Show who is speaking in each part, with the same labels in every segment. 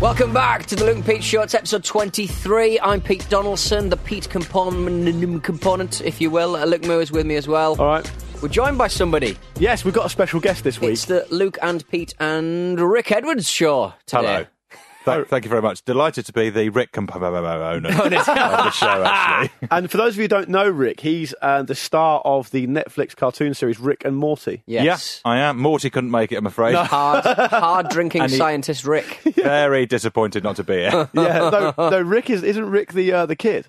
Speaker 1: Welcome back to the Luke and Pete Show. It's episode 23. I'm Pete Donaldson, the Pete component, component if you will. Uh, Luke Moore is with me as well.
Speaker 2: All right.
Speaker 1: We're joined by somebody.
Speaker 2: Yes, we've got a special guest this week.
Speaker 1: It's the Luke and Pete and Rick Edwards show.
Speaker 3: Hello.
Speaker 1: Today. Oh.
Speaker 3: Th- thank you very much. Delighted to be the Rick component of the show, actually.
Speaker 2: And for those of you who don't know Rick, he's uh, the star of the Netflix cartoon series Rick and Morty.
Speaker 1: Yes.
Speaker 3: Yeah, I am. Morty couldn't make it, I'm afraid.
Speaker 1: Hard, hard drinking
Speaker 3: And he-
Speaker 1: scientist Rick.
Speaker 3: Very disappointed not to be here.
Speaker 2: Yeah, though, though Rick is isn't Rick the uh, the kid?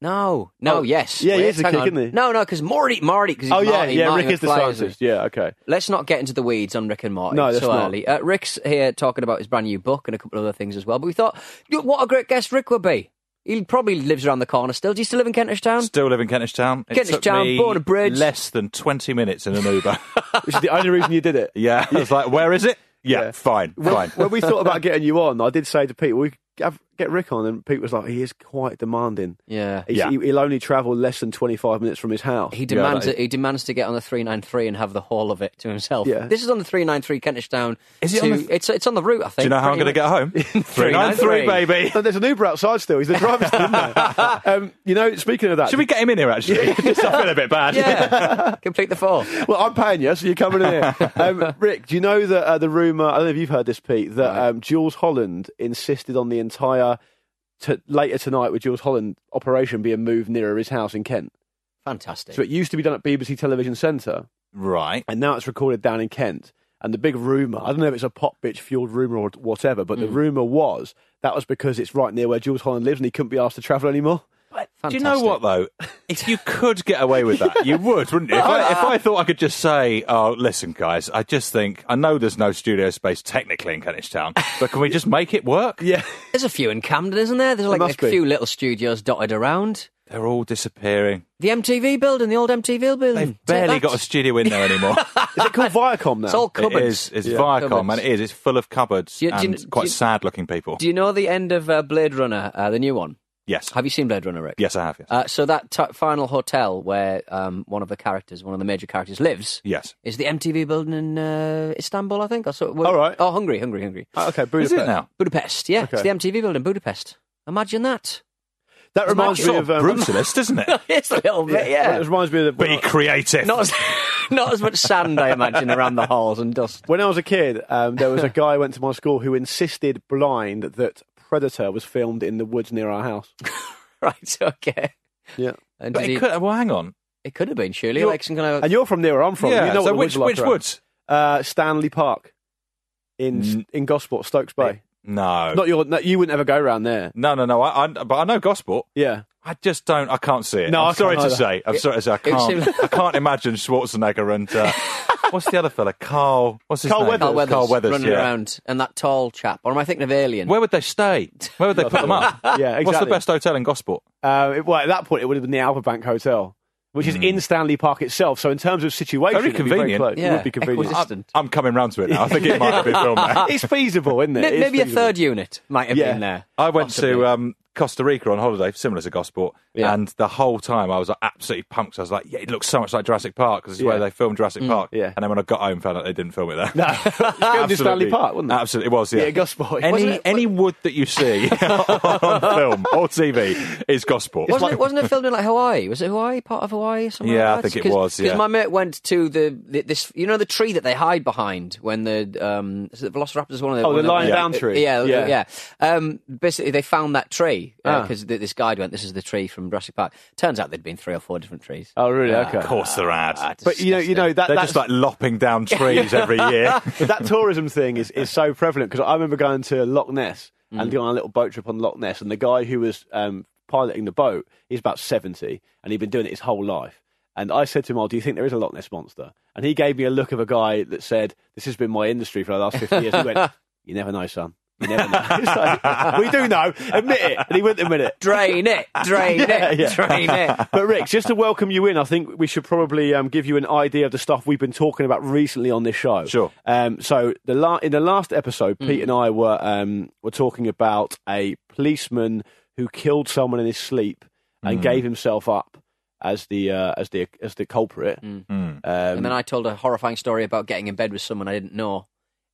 Speaker 1: No, no,
Speaker 2: Oh,
Speaker 1: yes.
Speaker 2: yeah, he
Speaker 1: Wait,
Speaker 2: is a
Speaker 1: hang
Speaker 2: kid,
Speaker 1: on.
Speaker 2: isn't he?
Speaker 1: No, no, because Morty, Marty, because
Speaker 2: oh yeah,
Speaker 1: Marty,
Speaker 2: yeah.
Speaker 1: Marty
Speaker 2: Rick is the
Speaker 1: McFly,
Speaker 2: scientist. Yeah, okay.
Speaker 1: Let's not get into the weeds on Rick and Morty
Speaker 2: No, let's
Speaker 1: so
Speaker 2: not.
Speaker 1: early. Uh, Rick's here talking about his brand new book and a couple of other things as well. But we thought, "Yo, what a great guest Rick would be. He probably lives around the corner still. Do you still live in Kentish Town?
Speaker 3: Still live in Kentish Town. It
Speaker 1: Kentish
Speaker 3: took
Speaker 1: Town,
Speaker 3: me
Speaker 1: born and bred.
Speaker 3: Less than 20 minutes in an Uber.
Speaker 2: Which is the only reason you did it.
Speaker 3: yeah. I was like, where is it? Yeah,
Speaker 2: Yeah.
Speaker 3: fine,
Speaker 2: When,
Speaker 3: fine.
Speaker 2: when we thought about getting you on, I did say to Pete, "We could have, get Rick on," and Pete was like, "He is quite demanding.
Speaker 1: Yeah.
Speaker 2: He's,
Speaker 3: Yeah.
Speaker 2: he, he'll only travel less than twenty five minutes from his house."
Speaker 1: He demands
Speaker 3: that-
Speaker 1: it. He demands to get on the three nine three and have the whole of it to himself.
Speaker 2: Yeah.
Speaker 1: This is on the three nine three Kentish Town.
Speaker 3: Is it on
Speaker 1: to-
Speaker 3: the-
Speaker 1: It's it's on the route. I
Speaker 3: Do
Speaker 1: think.
Speaker 3: you know how I'm going to
Speaker 1: pretty
Speaker 3: get
Speaker 1: much.
Speaker 3: home? 393, baby.
Speaker 2: So there's an Uber outside still. He's the driver still, isn't there? Um, you know, speaking of that,
Speaker 3: Should we get him in here, actually? Just, I feel a bit bad.
Speaker 1: Yeah, complete the four.
Speaker 2: Well, I'm paying you, so you're coming in here. Um, Rick, do you know that uh, the rumor? I don't know if you've heard this, Pete, that um, Jules Holland insisted on the entire t- later tonight with Jules Holland operation being moved nearer his house in Kent.
Speaker 1: Fantastic.
Speaker 2: So it used to be done at BBC Television Centre,
Speaker 3: Right.
Speaker 2: and now it's recorded down in Kent. And the big rumor, I don't know if it's a pop bitch fueled rumor or whatever, but the rumor was that was because it's right near where Jules Holland lives, and he couldn't be asked to travel anymore.
Speaker 3: Do you know what though? If you could get away with that, you would, wouldn't you? If I, if I thought I could just say, "Oh, listen, guys, I just think I know there's no studio space technically in Kentish Town, but can we just make it work?"
Speaker 2: Yeah,
Speaker 1: There's a few in Camden, isn't there? There's like
Speaker 2: must
Speaker 1: a
Speaker 2: be.
Speaker 1: few little studios dotted around.
Speaker 3: They're all disappearing.
Speaker 1: The MTV building, the old MTV building.
Speaker 3: They've
Speaker 1: Take
Speaker 3: barely
Speaker 1: that.
Speaker 3: got a studio in there anymore.
Speaker 2: is it called Viacom now?
Speaker 1: It's all
Speaker 3: it
Speaker 1: cupboards.
Speaker 3: is. It's
Speaker 1: Yeah.
Speaker 3: Viacom,
Speaker 1: Cupboards.
Speaker 3: and it is. It's full of cupboards
Speaker 1: Do you- do you-
Speaker 3: and
Speaker 1: do
Speaker 3: quite
Speaker 1: you-
Speaker 3: sad-looking people.
Speaker 1: Do you know the end of uh, Blade Runner, uh, the new one?
Speaker 3: yes,
Speaker 1: Have you seen Blade Runner, Rick?
Speaker 3: yes, I have. Yes,
Speaker 1: Uh, so that t- final hotel where um, one of the characters, one of the major characters, lives,
Speaker 3: yes.
Speaker 1: is the MTV building in uh, Istanbul, I think. Or so,
Speaker 2: All right.
Speaker 1: Oh, Hungary, Hungary, Hungary.
Speaker 2: Oh, okay,
Speaker 3: Is
Speaker 2: Budapest.
Speaker 3: it now?
Speaker 1: Budapest, yeah. It's
Speaker 2: Okay.
Speaker 1: the MTV building, Budapest. Imagine that.
Speaker 2: That reminds
Speaker 3: Sort
Speaker 2: me
Speaker 3: of
Speaker 2: of um,
Speaker 3: brutalist, isn't it?
Speaker 1: it's a little bit, yeah.
Speaker 2: It reminds me of the,
Speaker 3: Be creative.
Speaker 1: Not as, not as much sand, I imagine, around the halls and dust.
Speaker 2: When I was a kid, um, there was a guy who went to my school who insisted blind that Predator was filmed in the woods near our house.
Speaker 1: Right, okay.
Speaker 2: Yeah.
Speaker 1: And
Speaker 3: but
Speaker 1: did
Speaker 3: it
Speaker 1: he-
Speaker 3: could. Well, hang on.
Speaker 1: it could have been, surely.
Speaker 2: You're-
Speaker 1: like some kind of
Speaker 2: And you're from near where I'm from.
Speaker 3: yeah.
Speaker 2: you know
Speaker 3: so
Speaker 2: what
Speaker 3: which
Speaker 2: the woods
Speaker 3: which
Speaker 2: like around.
Speaker 3: woods?
Speaker 2: Uh, Stanley Park in
Speaker 3: Mm.
Speaker 2: in Gosport, Stokes Bay.
Speaker 3: No.
Speaker 2: Not your. No, you wouldn't ever go around there.
Speaker 3: No, no, no. I, I but I know gospel.
Speaker 2: Yeah.
Speaker 3: I just don't. I can't see it.
Speaker 2: No,
Speaker 3: I'm
Speaker 2: I
Speaker 3: sorry
Speaker 2: can't
Speaker 3: to
Speaker 2: either.
Speaker 3: say. I'm sorry to say. I
Speaker 1: it
Speaker 3: can't.
Speaker 1: seemed-
Speaker 3: I can't imagine Schwarzenegger and uh, what's the other fella? Carl. What's his
Speaker 2: Carl
Speaker 3: name?
Speaker 2: Weathers.
Speaker 1: Carl Weathers,
Speaker 3: Carl Weathers.
Speaker 1: running
Speaker 3: yeah.
Speaker 1: around and that tall chap. Or am I thinking of Alien?
Speaker 3: Where would they stay? Where would they put them up?
Speaker 2: Yeah. Exactly.
Speaker 3: What's the best hotel in Gosport?
Speaker 2: Uh, it- well, at that point, it would have been the Alba Bank Hotel, which is in Stanley Park itself. So in terms of situation,
Speaker 3: Mm. Very
Speaker 2: it'd be
Speaker 3: convenient.
Speaker 2: close.
Speaker 1: Yeah,
Speaker 2: It would be convenient.
Speaker 1: equidistant.
Speaker 2: Uh,
Speaker 1: Distant.
Speaker 3: I'm coming round to it now. I think it might have been filmed there.
Speaker 2: It's feasible, isn't it?
Speaker 1: Ma-
Speaker 2: It's
Speaker 1: Maybe a
Speaker 2: feasible.
Speaker 1: third unit might have
Speaker 2: Yeah.
Speaker 1: been there.
Speaker 3: I went
Speaker 1: Possibly.
Speaker 3: to um, Costa Rica on holiday, similar to Gosport,
Speaker 2: Yeah.
Speaker 3: And the whole time I was like, absolutely pumped. 'cause I was like, yeah, it looks so much like Jurassic Park because it's
Speaker 2: Yeah. Mm,
Speaker 3: where they filmed Jurassic Park.
Speaker 2: yeah.
Speaker 3: And then when I got home, found out they didn't film it there.
Speaker 2: No, it's filmed in Stanley
Speaker 3: Absolutely.
Speaker 2: Park, wasn't it?
Speaker 3: Absolutely, it was. Yeah,
Speaker 2: Yeah, Gosport. Wasn't
Speaker 3: Any
Speaker 2: it-
Speaker 3: any wood that you see on film or TV is gosport.
Speaker 1: Wasn't it, wasn't it filmed in like Hawaii? Was it Hawaii? Part of Hawaii or something?
Speaker 3: Yeah, I
Speaker 1: like that?
Speaker 3: think it
Speaker 1: 'Cause-
Speaker 3: was, yeah.
Speaker 1: Because my mate went to the, the this, you know, the tree that they hide behind when the um, is it Velociraptors one of the
Speaker 2: Oh, the
Speaker 1: one of
Speaker 2: lying
Speaker 1: yeah.
Speaker 2: down tree.
Speaker 1: Yeah,
Speaker 2: Yeah.
Speaker 1: yeah. Um, basically, they found that tree
Speaker 2: Ah.
Speaker 1: because th- this guide went, "This is the tree from Jurassic Park." Turns out there'd been three or four different trees.
Speaker 2: Oh, really? Okay.
Speaker 3: Of course, they're ad.
Speaker 2: Ah, But you know, you know that
Speaker 3: they're
Speaker 2: that's
Speaker 3: just like lopping down trees every year.
Speaker 2: that tourism thing is, is so prevalent because I remember going to Loch Ness and going on a little boat trip on Loch Ness, and the guy who was um, piloting the boat, he's about 70 and he'd been doing it his whole life. And I said to him, Oh, do you think there is a Loch Ness monster? And he gave me a look of a guy that said, This has been my industry for the last 50 years. He went, You never know, son. You never know. It's like, we do know. Admit it. And he wouldn't admit it.
Speaker 1: drain it, drain it,
Speaker 2: yeah.
Speaker 1: drain it.
Speaker 2: But Rick, just to welcome you in, I think we should probably um, give you an idea of the stuff we've been talking about recently on this show.
Speaker 3: Sure.
Speaker 2: Um, so the la- in the last episode,
Speaker 1: Mm.
Speaker 2: Pete and I were um, were talking about a policeman who killed someone in his sleep and
Speaker 1: Mm.
Speaker 2: gave himself up as the uh, as the as the culprit.
Speaker 1: Mm.
Speaker 2: Um,
Speaker 1: And then I told a horrifying story about getting in bed with someone I didn't know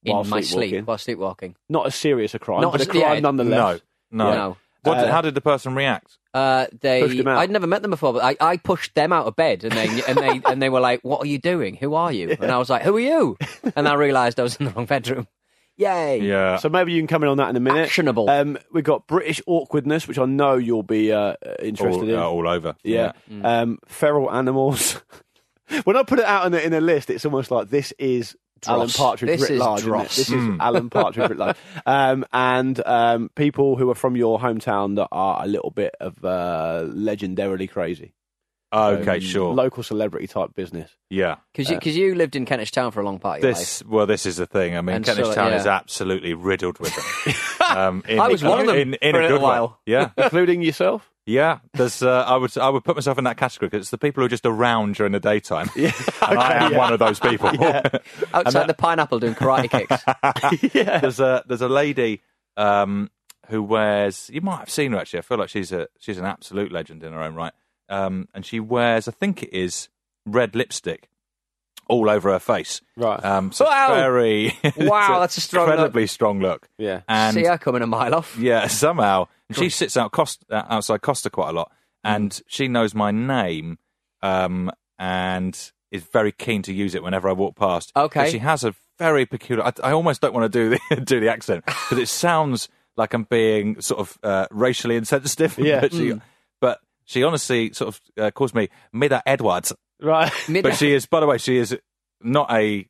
Speaker 1: in
Speaker 2: While
Speaker 1: my
Speaker 2: sleepwalking.
Speaker 1: sleep while sleepwalking.
Speaker 2: not as serious a crime,
Speaker 1: Not
Speaker 2: but a
Speaker 1: as-
Speaker 2: crime
Speaker 1: yeah,
Speaker 2: nonetheless.
Speaker 3: No,
Speaker 1: No.
Speaker 3: What,
Speaker 2: Uh,
Speaker 3: how did the person react?
Speaker 1: Uh, they,
Speaker 2: Pushed him out.
Speaker 1: I'd never met them before, but I, I pushed them out of bed, and they and they and they were like, "What are you doing? Who are you?" And I was like, "Who are you?" And I realised I was in the wrong bedroom. Yay!
Speaker 3: Yeah.
Speaker 2: So maybe you can come in on that in a minute.
Speaker 1: Actionable.
Speaker 2: Um, we've got British awkwardness, which I know you'll be uh, interested
Speaker 3: all,
Speaker 2: in.
Speaker 3: uh, all over.
Speaker 2: Yeah.
Speaker 1: Mm.
Speaker 2: Um, feral animals. when I put it out in a, in a list, it's almost like this is Alan
Speaker 1: Dross.
Speaker 2: Partridge
Speaker 1: This
Speaker 2: writ
Speaker 1: is
Speaker 2: large. isn't it?
Speaker 1: dross.
Speaker 2: This
Speaker 3: Hmm.
Speaker 2: is Alan Partridge writ large. Um, and um, people who are from your hometown that are a little bit of uh, legendarily crazy.
Speaker 3: Okay,
Speaker 2: Um,
Speaker 3: sure.
Speaker 2: Local celebrity type business.
Speaker 3: yeah.
Speaker 1: Because you, 'cause you lived in Kentish Town for a long part of your
Speaker 3: This well, this is the thing. I mean,
Speaker 1: And
Speaker 3: Kentish
Speaker 1: so,
Speaker 3: Town
Speaker 1: yeah.
Speaker 3: is absolutely riddled with them. um, in,
Speaker 1: I was one of them
Speaker 3: in, in
Speaker 1: for a
Speaker 3: a
Speaker 1: little
Speaker 3: good way.
Speaker 1: while.
Speaker 3: Yeah,
Speaker 2: Including yourself?
Speaker 3: yeah. There's, uh, I would, I would put myself in that category because it's the people who are just around during the daytime. Yeah, I am one of those people.
Speaker 1: life. Outside the pineapple doing karate kicks.
Speaker 3: there's a there's a lady um, who wears. You might have seen her actually. I feel like she's a she's an absolute legend in her own right. Um, and she wears, I think it is red lipstick all over her face.
Speaker 2: Right.
Speaker 3: Um, so it's
Speaker 1: Wow.
Speaker 3: very
Speaker 1: Wow, that's
Speaker 3: it's
Speaker 1: a strong look.
Speaker 3: incredibly strong look.
Speaker 2: Yeah.
Speaker 3: And
Speaker 1: See her coming a mile off.
Speaker 3: yeah, somehow and she sits out cost, uh, outside Costa quite a lot, and
Speaker 1: Mm.
Speaker 3: she knows my name, um, and is very keen to use it whenever I walk past.
Speaker 1: Okay.
Speaker 3: But she has a very peculiar. I, I almost don't want to do the do the accent because it sounds like I'm being sort of uh, racially insensitive.
Speaker 2: Yeah.
Speaker 3: but,
Speaker 1: mm.
Speaker 3: she, but she honestly sort of uh, calls me Mida Edwards,
Speaker 2: Right.
Speaker 1: Mid-
Speaker 3: but she is. By the way, she is not a.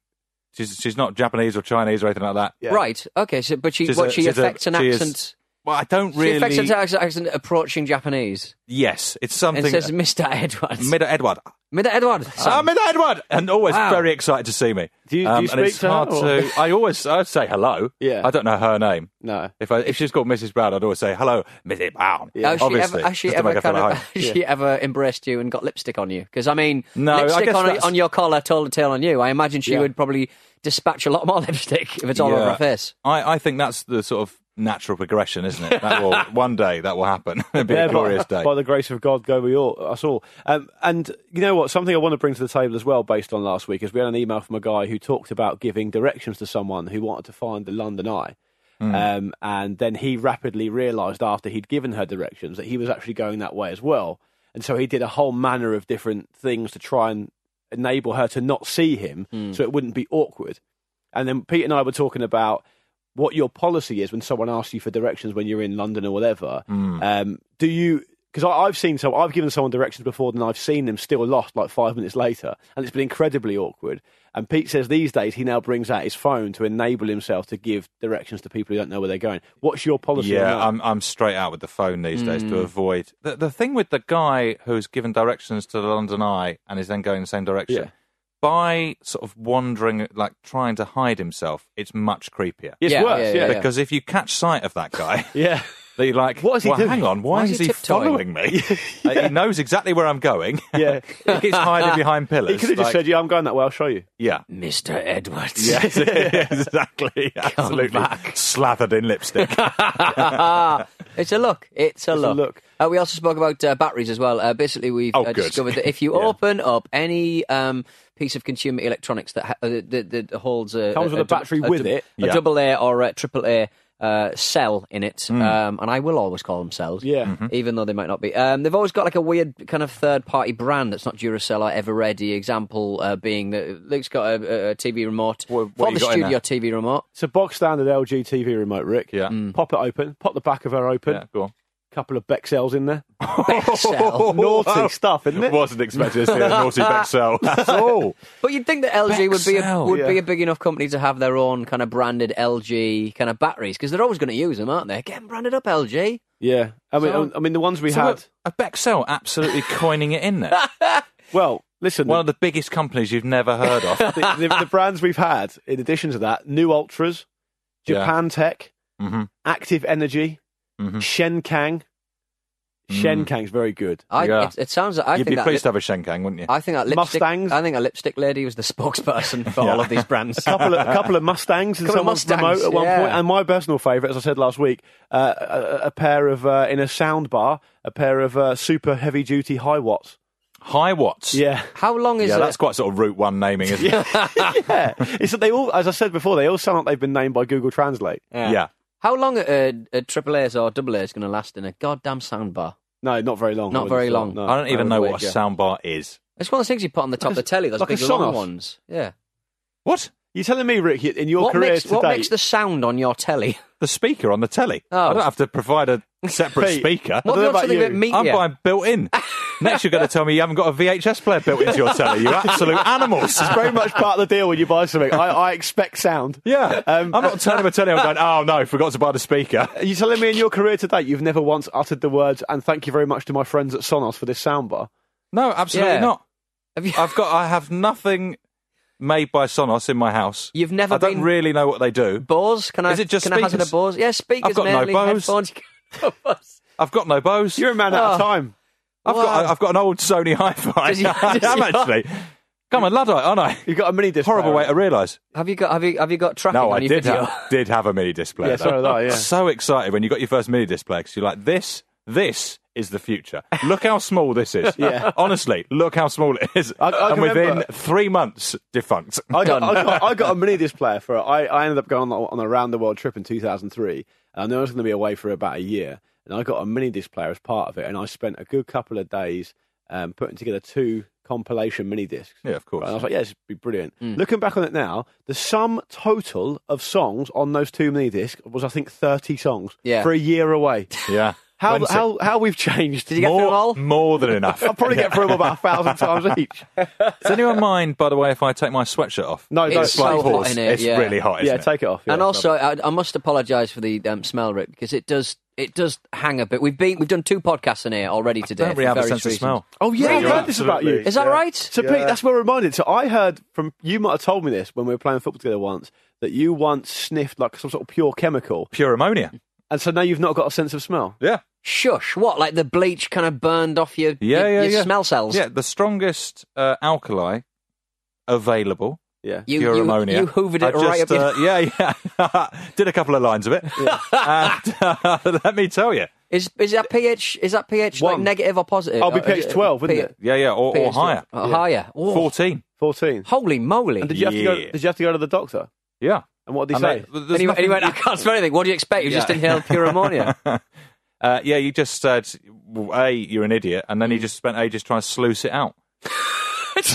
Speaker 3: She's she's not Japanese or Chinese or anything like that.
Speaker 2: Yeah.
Speaker 1: Right. Okay. So, but she,
Speaker 3: She's
Speaker 1: what
Speaker 3: a-
Speaker 1: she
Speaker 3: she's a-
Speaker 1: affects an
Speaker 3: she is-
Speaker 1: accent.
Speaker 3: Well, I don't really.
Speaker 1: She affects an ac- accent approaching Japanese
Speaker 3: Yes, it's
Speaker 1: and
Speaker 3: something.
Speaker 1: says, "Mr. Edwards."
Speaker 3: Mida Edward.
Speaker 1: Mr. Edwards.
Speaker 3: Ah, Mida Edward! And always
Speaker 1: Wow.
Speaker 3: very excited to see me. Um,
Speaker 2: Do you- do you
Speaker 3: and it's
Speaker 2: speak to her,
Speaker 3: hard
Speaker 2: or-
Speaker 3: to. I always I say hello.
Speaker 2: Yeah.
Speaker 3: I don't know her name.
Speaker 2: No.
Speaker 3: If I, if she's called Mrs. Brown, I'd always say hello, Mrs. Brown.
Speaker 1: Has she
Speaker 3: Obviously.
Speaker 1: ever, has she
Speaker 3: just to make
Speaker 1: ever,
Speaker 3: her feel
Speaker 1: kind of,
Speaker 3: at home.
Speaker 1: has she ever embraced you and got lipstick on you? Because I mean,
Speaker 3: No, I
Speaker 1: lipstick
Speaker 3: guess
Speaker 1: on,
Speaker 3: that's-
Speaker 1: on your collar, told a tale on you. I imagine she
Speaker 2: Yeah.
Speaker 1: would probably dispatch a lot more lipstick if it's all over
Speaker 3: Yeah.
Speaker 1: her face.
Speaker 3: I, I think that's the sort of natural progression, isn't it? That will one day that will happen. It'll be a
Speaker 2: by-
Speaker 3: glorious
Speaker 2: by,
Speaker 3: day.
Speaker 2: the grace of God, go we all, us all. Um, and you know what? Something I want to bring to the table as well, based on last week, is we had an email from a guy who talked about giving directions to someone who wanted to find the London Eye.
Speaker 3: Hmm.
Speaker 2: Um, and then he rapidly realised after he'd given her directions that he was actually going that way as well. And so he did a whole manner of different things to try and enable her to not see him
Speaker 3: Hmm.
Speaker 2: so it wouldn't be awkward. And then Pete and I were talking about what your policy is when someone asks you for directions when you're in London or whatever.
Speaker 3: Hmm.
Speaker 2: Um, do you? Because I've seen so I've given someone directions before, and I've seen them still lost like five minutes later, and it's been incredibly awkward. And Pete says these days he now brings out his phone to enable himself to give directions to people who don't know where they're going. What's your policy? on
Speaker 3: yeah,
Speaker 2: that?
Speaker 3: I'm I'm straight out with the phone these days
Speaker 2: Hmm.
Speaker 3: to avoid the the thing with the guy who's given directions to the London Eye and is then going the same direction.
Speaker 2: Yeah.
Speaker 3: By sort of wandering, like trying to hide himself, it's much creepier.
Speaker 2: it's
Speaker 1: Yeah,
Speaker 2: worse.
Speaker 1: yeah,
Speaker 2: Yeah,
Speaker 1: yeah.
Speaker 3: Because if you catch sight of that guy,
Speaker 2: yeah.
Speaker 3: then you're like,
Speaker 2: What is he
Speaker 3: well,
Speaker 2: doing?
Speaker 3: hang on, why,
Speaker 1: is
Speaker 3: is
Speaker 1: he
Speaker 3: he,
Speaker 1: tiptoeing?"
Speaker 3: following me? Like, he knows exactly where I'm going.
Speaker 2: Yeah.
Speaker 3: he keeps hiding behind pillars.
Speaker 2: He could have just
Speaker 3: like-
Speaker 2: said, "Yeah, I'm going that way. I'll show you."
Speaker 3: yeah.
Speaker 1: Mr. Edwards.
Speaker 3: Yes, exactly. Absolutely. Slathered in lipstick.
Speaker 1: It's a look. It's a
Speaker 2: It's a
Speaker 1: look.
Speaker 2: look.
Speaker 1: Uh, we also spoke about uh, batteries as well. Uh, basically, we've
Speaker 3: Oh,
Speaker 1: uh,
Speaker 3: good.
Speaker 1: discovered that if you
Speaker 3: Yeah.
Speaker 1: open up any um, piece of consumer electronics that, ha- uh, that, that holds a
Speaker 2: Comes with
Speaker 1: dou-
Speaker 2: a battery with
Speaker 1: dou-
Speaker 2: it.
Speaker 1: a
Speaker 3: Yeah.
Speaker 1: double A or a triple A. Uh, cell in it,
Speaker 3: Mm.
Speaker 1: um, and I will always call them cells,
Speaker 2: Yeah.
Speaker 3: Mm-hmm.
Speaker 2: Mhm.
Speaker 1: even though they might not be. Um, they've always got like a weird kind of third-party brand that's not Duracell or Eveready. Example uh, being that Luke's got a, a- a TV remote,
Speaker 3: What- what
Speaker 1: not
Speaker 3: you
Speaker 1: the
Speaker 3: got
Speaker 1: studio
Speaker 3: in there?
Speaker 1: TV remote,
Speaker 2: It's a box standard LG TV remote, Rick.
Speaker 3: Yeah. Mm.
Speaker 2: Pop it open. Pop the back of her open.
Speaker 3: Yeah, go on.
Speaker 2: Couple of Bexels in there.
Speaker 1: Bexell.
Speaker 2: Naughty stuff, isn't it?
Speaker 3: Wasn't expecting to see a naughty Bexel at all.
Speaker 1: But you'd think that LG would be a,
Speaker 3: Bexell.
Speaker 1: would be
Speaker 2: Yeah.
Speaker 1: a big enough company to have their own kind of branded LG kind of batteries because they're always going to use them, aren't they? Get 'em branded up, LG.
Speaker 2: Yeah. I mean,
Speaker 3: So-
Speaker 2: I mean, the ones we
Speaker 3: So
Speaker 2: had.
Speaker 3: a, a Bexel absolutely coining it in there.
Speaker 2: Well, listen.
Speaker 3: One of the biggest companies you've never heard of.
Speaker 2: the, the, the brands we've had, in addition to that, New Ultras,
Speaker 3: Yeah.
Speaker 2: Japan Tech,
Speaker 3: hmm
Speaker 2: Active Energy,
Speaker 3: Mhm.
Speaker 2: Shenkang. Shenkang's very good.
Speaker 1: I,
Speaker 3: Yeah.
Speaker 1: it, it sounds. like I
Speaker 3: You'd
Speaker 1: think
Speaker 3: be
Speaker 1: that
Speaker 3: pleased
Speaker 1: lip-
Speaker 3: to have a Shenkang, wouldn't you?
Speaker 1: I think that lipstick.
Speaker 2: Mustangs.
Speaker 1: I think that lipstick lady was the spokesperson for
Speaker 3: Yeah.
Speaker 1: all of these brands.
Speaker 2: A couple, of, a couple of Mustangs and
Speaker 1: Couple of
Speaker 2: someone's
Speaker 1: Mustangs,
Speaker 2: remote at one
Speaker 1: yeah.
Speaker 2: point. And my personal favourite, as I said last week, uh, a, a- a pair of, uh, in a sound bar, a pair of uh, super heavy duty high watts.
Speaker 3: High watts.
Speaker 2: Yeah.
Speaker 1: How long is uh,
Speaker 3: Yeah,
Speaker 1: it?
Speaker 3: that's quite sort of Route One naming, isn't it?
Speaker 2: yeah. It's that they all, as I said before, they all sound like they've been named by Google Translate.
Speaker 3: Yeah.
Speaker 1: How long a, a triple A's or double A's going to last in a goddamn soundbar?
Speaker 2: No, not very long.
Speaker 1: Not
Speaker 2: I would've
Speaker 1: very
Speaker 2: thought.
Speaker 1: long.
Speaker 2: No.
Speaker 3: I don't even
Speaker 2: would
Speaker 3: know
Speaker 2: wait,
Speaker 3: what a
Speaker 2: yeah.
Speaker 3: soundbar is.
Speaker 1: It's one of the things you put on the top of the
Speaker 2: Like a-
Speaker 1: telly. Those
Speaker 2: like a
Speaker 1: big long
Speaker 2: Sonos.
Speaker 1: ones. Yeah.
Speaker 3: What?
Speaker 2: You're telling me, Rick, you- in your
Speaker 1: what
Speaker 2: career
Speaker 1: makes
Speaker 2: today,
Speaker 1: what makes the sound on your telly?
Speaker 3: The speaker on the telly.
Speaker 1: Oh.
Speaker 3: I don't have to provide a separate
Speaker 2: Pete,
Speaker 3: speaker.
Speaker 1: What
Speaker 2: don't know
Speaker 1: have you got
Speaker 2: about
Speaker 1: something
Speaker 2: you.
Speaker 1: about meat
Speaker 3: I'm
Speaker 1: yet?
Speaker 3: buying built in. Next, you're going to tell me you haven't got a VHS player built into your telly. You absolute animals.
Speaker 2: It's very much part of the deal when you buy something. I, I expect sound.
Speaker 3: Yeah.
Speaker 2: Um,
Speaker 3: I'm not turning my telly on going, oh no, forgot to buy the speaker.
Speaker 2: Are you telling me in your career today you've never once uttered the words "and thank you very much to my friends at Sonos for this soundbar"?
Speaker 3: No, absolutely
Speaker 1: Yeah.
Speaker 3: not.
Speaker 1: Have you-
Speaker 3: I've got, I have nothing made by Sonos in my house.
Speaker 1: You've never
Speaker 3: I don't
Speaker 1: been-
Speaker 3: really know what they do.
Speaker 1: Bose? Can I?
Speaker 3: Is it just
Speaker 1: can I hazard a
Speaker 3: speakers?
Speaker 1: Bose? Yeah, speakers.
Speaker 3: I've got no
Speaker 1: mainly,
Speaker 3: Bose.
Speaker 1: headphones.
Speaker 3: I've got no Bose.
Speaker 2: You're a man
Speaker 1: Oh.
Speaker 2: out of time.
Speaker 3: I've got,
Speaker 1: Wow.
Speaker 3: I've got an old Sony Hi-Fi.
Speaker 1: Does he-
Speaker 3: I
Speaker 1: does
Speaker 3: am
Speaker 1: he-
Speaker 3: actually. Come on, Luddite, aren't I?
Speaker 2: You've got a mini disc.
Speaker 3: Horrible way to realise.
Speaker 1: Have you got have you have you got tracking
Speaker 3: No,
Speaker 1: on
Speaker 3: I
Speaker 1: your
Speaker 3: did
Speaker 1: video?
Speaker 3: have, did have a mini display.
Speaker 2: Yeah,
Speaker 3: though.
Speaker 2: so did I, yeah.
Speaker 3: So excited when you got your first mini display because you're like, this, this is the future. Look how small this is.
Speaker 2: Yeah.
Speaker 3: Honestly, look how small it is.
Speaker 2: I- I
Speaker 3: and
Speaker 2: can
Speaker 3: within
Speaker 2: remember-
Speaker 3: three months, defunct.
Speaker 2: I got, I, got, I got a mini disc player for it. I, I ended up going on, on a round the world trip in 2003, and I knew I was going to be away for about a year. And I got a mini disc player as part of it, and I spent a good couple of days um, putting together two compilation mini discs.
Speaker 3: Yeah, of course. Mm.
Speaker 2: And I was like, yeah, this would be brilliant. Looking back on it now, the sum total of songs on those two mini discs was, I think, 30 songs
Speaker 1: Yeah.
Speaker 2: for a year away.
Speaker 3: yeah.
Speaker 2: How,
Speaker 3: When's it?
Speaker 2: how, how we've changed.
Speaker 1: you get through
Speaker 3: more,
Speaker 1: them all?
Speaker 3: more than enough.
Speaker 2: I'll probably get through them about a thousand times each.
Speaker 3: Does anyone mind, by the way, if I take my sweatshirt off?
Speaker 2: No,
Speaker 1: It's
Speaker 2: don't.
Speaker 1: so
Speaker 3: Slight
Speaker 1: hot
Speaker 3: pause.
Speaker 1: in it,
Speaker 3: It's
Speaker 1: yeah.
Speaker 3: really hot, isn't
Speaker 2: yeah,
Speaker 3: it?
Speaker 2: take it off. yeah.
Speaker 1: and also, I, I must apologise for the um, smell, Rick, because it does it does hang a bit. We've been we've done two podcasts in here already today.
Speaker 3: don't really
Speaker 1: for
Speaker 3: have a
Speaker 1: various
Speaker 3: sense of
Speaker 1: reasons.
Speaker 3: smell.
Speaker 2: Oh yeah, I've
Speaker 3: You're
Speaker 2: heard this about you.
Speaker 3: absolutely-
Speaker 1: Is that right?
Speaker 2: So Pete, that's well reminded. So I heard from you might have told me this when we were playing football together once that you once sniffed like some sort of pure chemical,
Speaker 3: Pure ammonia.
Speaker 2: and so now you've not got a sense of smell.
Speaker 3: Yeah.
Speaker 1: Shush! What like the bleach kind of burned off your
Speaker 3: Yeah,
Speaker 1: your,
Speaker 3: yeah,
Speaker 1: your
Speaker 3: yeah.
Speaker 1: smell cells?
Speaker 3: Yeah, the strongest uh, alkali available.
Speaker 2: Yeah,
Speaker 1: You,
Speaker 3: pure
Speaker 1: you,
Speaker 3: ammonia.
Speaker 1: you hoovered
Speaker 3: I
Speaker 1: it right
Speaker 3: just,
Speaker 1: up. Your...
Speaker 3: uh, yeah, yeah. Did a couple of lines of it. and, uh, let me tell you.
Speaker 1: Is is that pH? Is that pH like
Speaker 2: One.
Speaker 1: negative or positive? Uh,
Speaker 2: I'll be
Speaker 1: Or is
Speaker 2: pH 12, wouldn't it?
Speaker 3: Yeah, yeah, or, or
Speaker 1: pH
Speaker 3: higher.
Speaker 1: Uh, Higher. Oh,
Speaker 3: 14.
Speaker 2: Fourteen.
Speaker 1: Holy moly!
Speaker 2: And did you have to go?
Speaker 3: Yeah.
Speaker 2: Did you have to go to the doctor?
Speaker 3: Yeah.
Speaker 2: And what did he
Speaker 3: And
Speaker 2: say?
Speaker 3: that- there's
Speaker 1: and he, and he
Speaker 3: nothing
Speaker 1: went,
Speaker 3: you
Speaker 1: I can't smell anything. What do you expect? You just inhaled pure ammonia.
Speaker 3: Uh, yeah, you just said, well, A, you're an idiot, and
Speaker 1: Mm.
Speaker 3: then you just spent ages trying to sluice it out.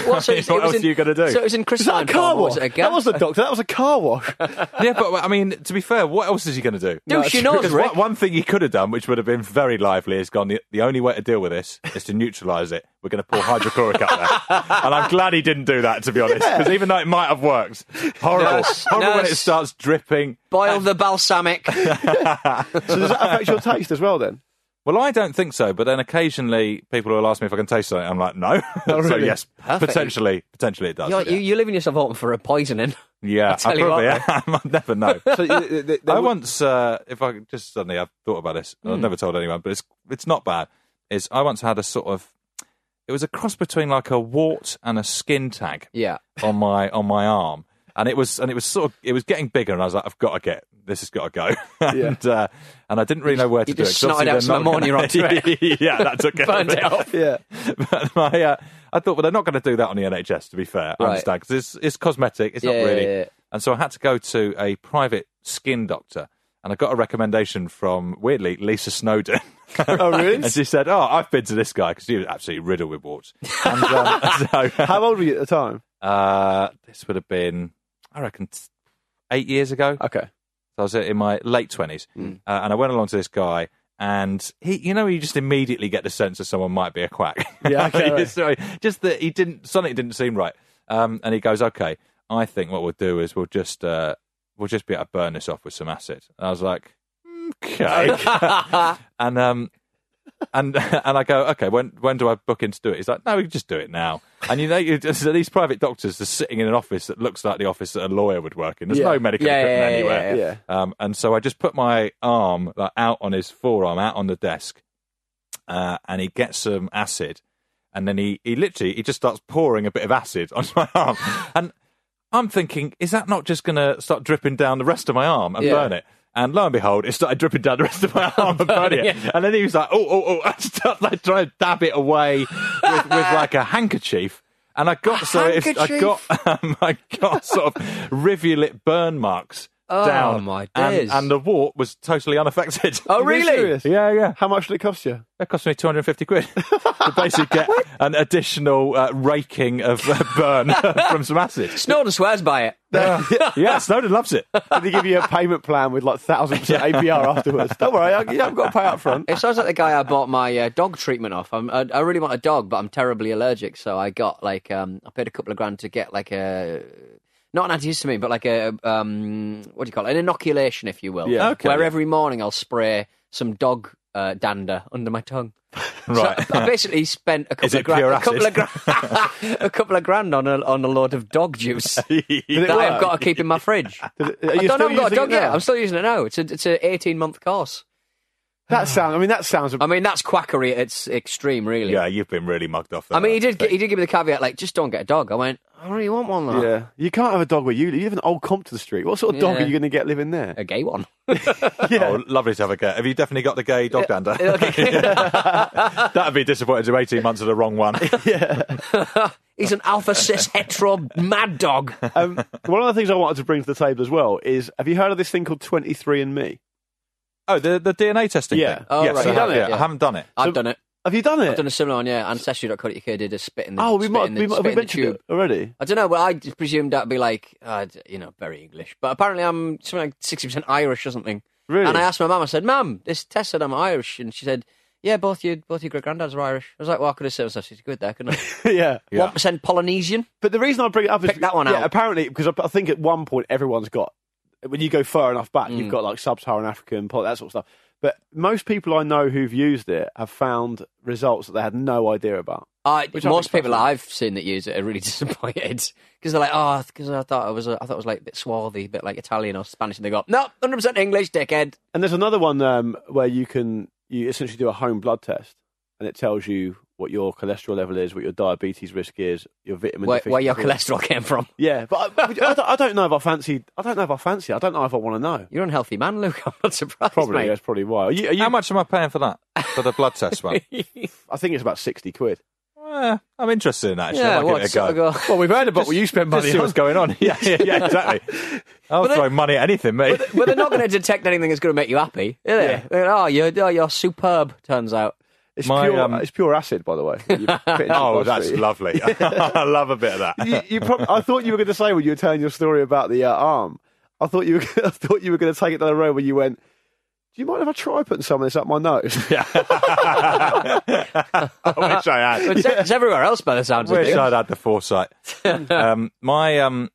Speaker 1: What, so it was- it
Speaker 3: What
Speaker 1: was
Speaker 3: else
Speaker 1: in-
Speaker 3: are you gonna do?
Speaker 1: So it was in
Speaker 2: Is that
Speaker 1: crystalline
Speaker 2: a car
Speaker 1: form, or
Speaker 2: wash?
Speaker 1: was it a gas?
Speaker 2: that was the doctor. That was a car wash.
Speaker 3: yeah, but I mean, to be fair, what else is he going to do?
Speaker 1: Douche your nose,
Speaker 3: Because
Speaker 1: Rick.
Speaker 3: one, one thing he could have done, which would have been very lively, is gone. The, the only way to deal with this is to neutralise it. We're going to pour hydrochloric up there, and I'm glad he didn't do that. To be honest, because even though it might have worked, horrible,
Speaker 1: Nurse,
Speaker 3: horrible when it
Speaker 1: nurse.
Speaker 3: starts dripping.
Speaker 1: Boil the balsamic.
Speaker 2: so does that affect your taste as well? Then
Speaker 3: Well, I don't think so, but then occasionally people will ask me if I can taste something. I'm like, no. so
Speaker 2: really?
Speaker 3: yes,
Speaker 1: Perfect.
Speaker 3: potentially, potentially it does.
Speaker 1: You're,
Speaker 3: yeah,
Speaker 1: you, you're leaving yourself open for a poisoning.
Speaker 3: Yeah,
Speaker 1: I'll tell
Speaker 3: I
Speaker 1: you
Speaker 3: probably
Speaker 1: what,
Speaker 3: am. I never know.
Speaker 2: so th- th- th-
Speaker 3: I
Speaker 2: there would-
Speaker 3: once, uh, if I could just suddenly, I've thought about this.
Speaker 1: Hmm.
Speaker 3: and I've never told anyone, but it's it's not bad. Is I once had a sort of, it was a cross between like a wart and a skin tag
Speaker 1: Yeah.
Speaker 3: on my on my arm, and it was and it was sort of it was getting bigger, and I was like, I've got to get this has got to go, and uh, and I didn't really know where
Speaker 1: You
Speaker 3: to do
Speaker 1: just
Speaker 3: it. 'cause
Speaker 1: snotted out
Speaker 3: obviously
Speaker 1: some ammonia
Speaker 3: they're not gonna-
Speaker 1: onto
Speaker 3: yeah, that took it.
Speaker 1: Burned it off.
Speaker 2: Yeah.
Speaker 3: but my, uh, I thought, well, they're not going to do that on the NHS. To be fair,
Speaker 1: Right.
Speaker 3: I understand because it's, it's cosmetic. It's
Speaker 1: Yeah,
Speaker 3: not
Speaker 1: yeah,
Speaker 3: really.
Speaker 1: yeah, yeah.
Speaker 3: And so I had to go to a private skin doctor, and I got a recommendation from weirdly Lisa Snowden.
Speaker 2: Oh, really?
Speaker 3: and she said, "Oh, I've been to this guy because he was absolutely riddled with warts." And, um, so,
Speaker 2: How old were you at the time?
Speaker 3: uh, this would have been, I reckon, t- eight years ago.
Speaker 2: Okay.
Speaker 3: So I was in my late twenties, uh, and I went along to this guy, and he, you know, you just immediately get the sense that someone might be a quack.
Speaker 2: Yeah, okay,
Speaker 3: He
Speaker 2: right.
Speaker 3: just, sorry, just that he didn't something didn't seem right. Um, and he goes, "Okay, I think what we'll do is we'll just uh, we'll just be able to burn this off with some acid." And I was like, "Okay," and um. And and I go okay. When when do I book in to do it? He's like, no, we can just do it now. And you know, you just, so these private doctors are sitting in an office that looks like the office that a lawyer would work in. There's
Speaker 2: Yeah.
Speaker 3: no medical
Speaker 1: Yeah, yeah,
Speaker 3: equipment
Speaker 1: yeah, yeah,
Speaker 3: anywhere.
Speaker 1: yeah.
Speaker 2: Yeah.
Speaker 3: Um, and so I just put my arm like, out on his forearm, out on the desk, uh, and he gets some acid, and then he, he literally he just starts pouring a bit of acid onto my arm, and I'm thinking, is that not just going to start dripping down the rest of my arm and
Speaker 1: Yeah.
Speaker 3: burn it? And lo and behold, it started dripping down the rest of my arm and burning it. And then he was like, oh, oh, oh, I started like trying to dab it away with, with like a handkerchief. And I got so it's I got um, I got sort of rivulet burn marks
Speaker 1: Oh,
Speaker 3: down
Speaker 1: my
Speaker 3: and,
Speaker 1: days.
Speaker 3: and the wart was totally unaffected.
Speaker 1: Oh,
Speaker 2: Are you
Speaker 1: really?
Speaker 2: serious?
Speaker 3: Yeah, yeah.
Speaker 2: How much did it cost you?
Speaker 3: That cost me 250 quid to basically get an additional uh, raking of uh, burn from some acid.
Speaker 1: Snowden swears by it.
Speaker 3: yeah, Snowden loves it.
Speaker 2: Did they give you a payment plan with like thousand percent APR afterwards? Don't worry, I, you haven't got to pay up front.
Speaker 1: It sounds like the guy I bought my uh, dog treatment off. I'm, I, I really want a dog, but I'm terribly allergic, so I got like um, I paid a couple of grand to get like a not an antihistamine, but like a um, what do you call it? An inoculation, if you will.
Speaker 2: Yeah.
Speaker 3: Okay.
Speaker 1: Where every morning I'll spray some dog uh, dander under my tongue.
Speaker 3: Right.
Speaker 1: So I basically spent a couple
Speaker 3: Is
Speaker 1: of
Speaker 3: it
Speaker 1: grand,
Speaker 3: pure
Speaker 1: a couple of
Speaker 3: acid?
Speaker 1: grand, a couple of grand on a on a load of dog juice that I've got to keep in my fridge.
Speaker 2: Did it- are
Speaker 1: I
Speaker 2: you
Speaker 1: don't know.
Speaker 2: still
Speaker 1: I've got a
Speaker 2: using
Speaker 1: dog
Speaker 2: it now?
Speaker 1: yet. I'm still using it now. It's a it's a 18 month course.
Speaker 2: That sounds. I mean, that sounds.
Speaker 1: I mean, that's quackery at its extreme, really.
Speaker 3: yeah, you've been really mugged off. There,
Speaker 1: I mean, he
Speaker 3: though.
Speaker 1: did. He did give me the caveat, like, just don't get a dog. I went, I don't really want one. Though.
Speaker 2: Yeah, you can't have a dog where you live. You live in Old Compton Street. What sort of dog
Speaker 1: Yeah.
Speaker 2: are you going to get living there?
Speaker 1: a gay one.
Speaker 3: Oh, lovely to have a go. Have you definitely got the gay dog dander? That'd be disappointed to 18 months of the wrong one.
Speaker 1: He's an alpha cis hetero mad dog.
Speaker 2: Um, one of the things I wanted to bring to the table as well is: Have you heard of this thing called Twenty Three and Me?
Speaker 3: oh, the, the DNA testing
Speaker 2: Yeah.
Speaker 3: thing.
Speaker 1: Oh,
Speaker 3: yes,
Speaker 1: right,
Speaker 3: I,
Speaker 1: yeah,
Speaker 3: have,
Speaker 1: yeah,
Speaker 3: yeah,
Speaker 1: yeah.
Speaker 3: I haven't done it. Uh,
Speaker 1: I've done it.
Speaker 2: Have you done it?
Speaker 1: I've done a similar one. Yeah, ancestry.co.uk did a spit in the.
Speaker 2: oh, we
Speaker 1: spit
Speaker 2: might.
Speaker 1: in the,
Speaker 2: we
Speaker 1: spit
Speaker 2: might have we
Speaker 1: in the
Speaker 2: mentioned
Speaker 1: tube.
Speaker 2: it already.
Speaker 1: I don't know. Well, I just presumed that'd be like, uh, d- you know, very English. But apparently, I'm something like sixty percent Irish or something.
Speaker 2: Really?
Speaker 1: And I asked my mum. I said, "Mum, this test said I'm Irish," and she said, "Yeah, both you, both your great granddads are Irish." I was like, "Well, I could have said myself. She's good there, couldn't I?"
Speaker 2: yeah.
Speaker 1: One percent Polynesian.
Speaker 2: But the reason I bring it up is
Speaker 1: Pick that one
Speaker 2: yeah,
Speaker 1: out.
Speaker 2: Apparently, because I, I think at one point everyone's got when you go far enough back,
Speaker 1: Mm.
Speaker 2: you've got like sub-Saharan African, pol- that sort of stuff. But most people I know who've used it have found results that they had no idea about.
Speaker 1: I,
Speaker 2: Which I
Speaker 1: most
Speaker 2: think is
Speaker 1: people that I've seen that use it are really disappointed because they're like, oh, because I thought I was, a, I thought it was like a bit swarthy, a bit like Italian or Spanish, and they go, no, hundred percent English, dickhead.
Speaker 2: And there's another one um, where you can you essentially do a home blood test, and it tells you what your cholesterol level is, what your diabetes risk is, your vitamin.
Speaker 1: Where, where your
Speaker 2: deficiency.
Speaker 1: cholesterol came from?
Speaker 2: Yeah, but I, I don't, I don't know if I fancy. I don't know if I fancy. it. I don't know if I want to know.
Speaker 1: You're an unhealthy man, Luke. I'm not surprised.
Speaker 2: Probably
Speaker 1: mate.
Speaker 2: that's probably why. Are you- are you-
Speaker 3: How much am I paying for that? For the blood test one?
Speaker 2: I think it's about sixty quid.
Speaker 3: Eh, I'm interested in that. Actually.
Speaker 1: Yeah,
Speaker 3: I might
Speaker 1: what,
Speaker 3: give it a
Speaker 1: sort
Speaker 3: go.
Speaker 1: of go-
Speaker 2: Well, we've heard about what you spend
Speaker 3: Let's see what's going on. Yeah, yeah, yeah, exactly. I'll
Speaker 1: they-
Speaker 3: throw money at anything, mate.
Speaker 1: but they're not going to detect anything that's going to make you happy, are they?
Speaker 2: Yeah.
Speaker 1: They're like, oh, you're, oh, you're superb. Turns out.
Speaker 2: It's,
Speaker 3: My,
Speaker 2: pure,
Speaker 3: um,
Speaker 2: it's pure acid, by the way. You put it in
Speaker 3: oh,
Speaker 2: your blood
Speaker 3: that's
Speaker 2: stream.
Speaker 3: lovely. I love a bit of that.
Speaker 2: You, you prob- I thought you were going to say when you were telling your story about the uh, arm. I thought you were. I thought you were going to take it down the road where you went. Do you mind if I try putting some of this up my nose?
Speaker 3: I wish I had.
Speaker 1: But it's, it's everywhere else by the sounds of
Speaker 3: wish
Speaker 1: it.
Speaker 3: I'd had the foresight. um, my um,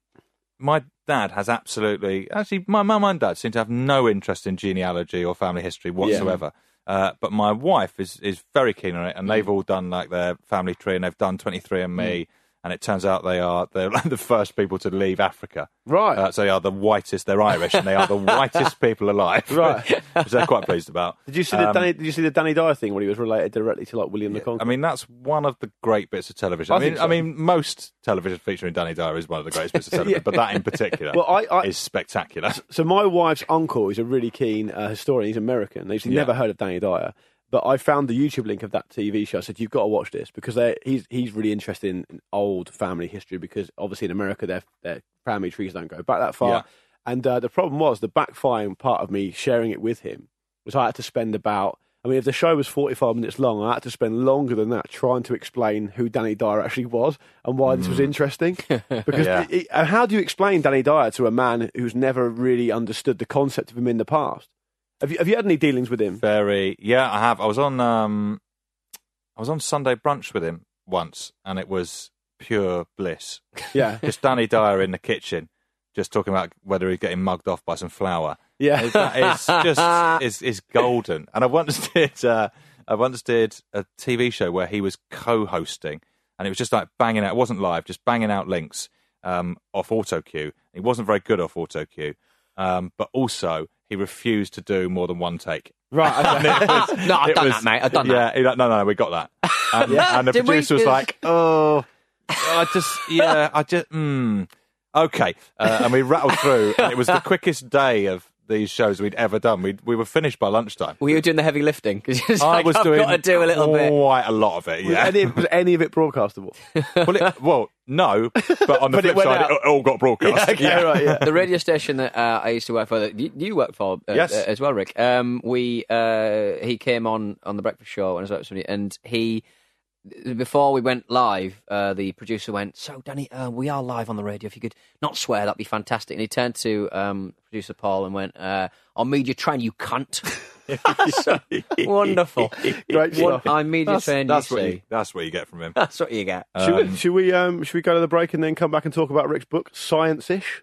Speaker 3: my dad has absolutely actually my mum and dad seem to have no interest in genealogy or family history whatsoever. Uh, but my
Speaker 2: Mm.
Speaker 3: wife is is very keen on it, and they've all done like their family tree, and they've done twenty three and me. and it turns out they are they're the first people to leave Africa.
Speaker 2: Right.
Speaker 3: Uh, so they are the whitest. They're Irish, and they are the whitest people alive.
Speaker 2: Right.
Speaker 3: which they're quite pleased about.
Speaker 2: Did you see the
Speaker 3: Um,
Speaker 2: Danny, Did you see the Danny Dyer thing when he was related directly to like William the Conqueror?
Speaker 3: I mean, that's one of the great bits of television.
Speaker 2: I
Speaker 3: I, mean,
Speaker 2: think so.
Speaker 3: I mean, most television featuring Danny Dyer is one of the greatest bits of television, but that in particular
Speaker 2: Well, I- I-
Speaker 3: is spectacular.
Speaker 2: so my wife's uncle is a really keen uh, historian. He's American. He's never heard of Danny Dyer, but I found the YouTube link of that TV show. I said you've got to watch this because they're- he's he's really interested in old family history because obviously in America their their family trees don't go back that far.
Speaker 3: Yeah.
Speaker 2: And uh, the problem was the backfiring part of me sharing it with him was I had to spend about. I mean, if the show was 45 minutes long, I had to spend longer than that trying to explain who Danny Dyer actually was and why this was interesting. Because
Speaker 3: Yeah.
Speaker 2: it- it- and how do you explain Danny Dyer to a man who's never really understood the concept of him in the past? Have you, have you had any dealings with him?
Speaker 3: Very, yeah, I have. I was on, um, I was on Sunday brunch with him once, and it was pure bliss.
Speaker 2: Yeah.
Speaker 3: Just Danny Dyer in the kitchen, just talking about whether he's getting mugged off by some flour.
Speaker 2: Yeah.
Speaker 3: It- it's just is is golden. And I once did uh, I once did a TV show where he was co-hosting, and it was just like banging out. It wasn't live, just banging out links um, off auto cue. He wasn't very good off auto cue, um, but also he refused to do more than one take.
Speaker 2: Right. okay.
Speaker 1: Ah, no, I've
Speaker 3: It
Speaker 1: done
Speaker 3: was-
Speaker 1: that, mate. I've done that.
Speaker 3: yeah, he- no, no, no, we got that. And, and the
Speaker 1: Did we?
Speaker 3: producer was
Speaker 1: Yes.
Speaker 3: like, oh, I just, yeah, I just, mm, okay. Uh, and we rattled through. And it was the quickest day of these shows we'd ever done. We we were finished by lunchtime.
Speaker 1: Were you doing the heavy lifting? Because
Speaker 3: I was
Speaker 1: I've
Speaker 3: doing
Speaker 1: got to do a little bit.
Speaker 3: quite a lot of it.
Speaker 2: Was,
Speaker 3: Yeah.
Speaker 2: any, of- was any of it broadcastable?
Speaker 3: well, it, well, no, but on the
Speaker 2: But it
Speaker 3: flip
Speaker 2: went
Speaker 3: side,
Speaker 2: out.
Speaker 3: it all got broadcast.
Speaker 2: Yeah, right, yeah.
Speaker 1: The radio station that uh, I used to work for, that you, you worked for uh,
Speaker 3: Yes.
Speaker 1: uh, as well, Rick. Um, we uh, he came on on the breakfast show and I was up to somebody, and he before we went live, uh, the producer went, "So, Danny, uh, we are live on the radio. If you could not swear, that'd be fantastic." And he turned to um, producer Paul and went, uh, "I'll media train you, cunt." So, wonderful.
Speaker 2: Great
Speaker 1: One,
Speaker 2: stuff.
Speaker 1: I'm media
Speaker 3: That's,
Speaker 1: trained.
Speaker 3: that's
Speaker 1: you
Speaker 3: what you, Oh,
Speaker 1: see.
Speaker 3: that's what you get from him.
Speaker 1: That's what you get.
Speaker 2: Should we, should, we, um, should we go to the break and then come back and talk about Rick's book, Science Ish?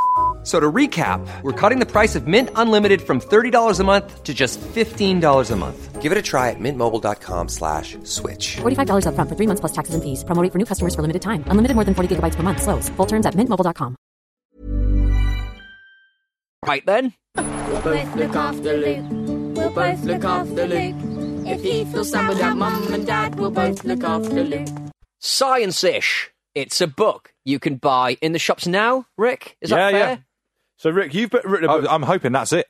Speaker 4: a-" So to recap, we're cutting the price of Mint Unlimited from $30 a month to just $15 a month. Give it a try at mintmobile.com slash switch.
Speaker 5: $45 upfront for three months plus taxes and fees. Promo rate for new customers for limited time. Unlimited more than 40 gigabytes per month. Slows. Full terms at mintmobile.com.
Speaker 1: Right then.
Speaker 6: both look after Luke. We'll both look after Luke. If he feels somehow, mum and dad will both look after Luke.
Speaker 1: Science ish. It's a book you can buy in the shops now, Rick. Is that
Speaker 3: Yeah,
Speaker 1: fair?
Speaker 3: yeah.
Speaker 2: So, Rick, you've been- written a
Speaker 1: Oh.
Speaker 2: book
Speaker 3: I, I'm hoping that's it.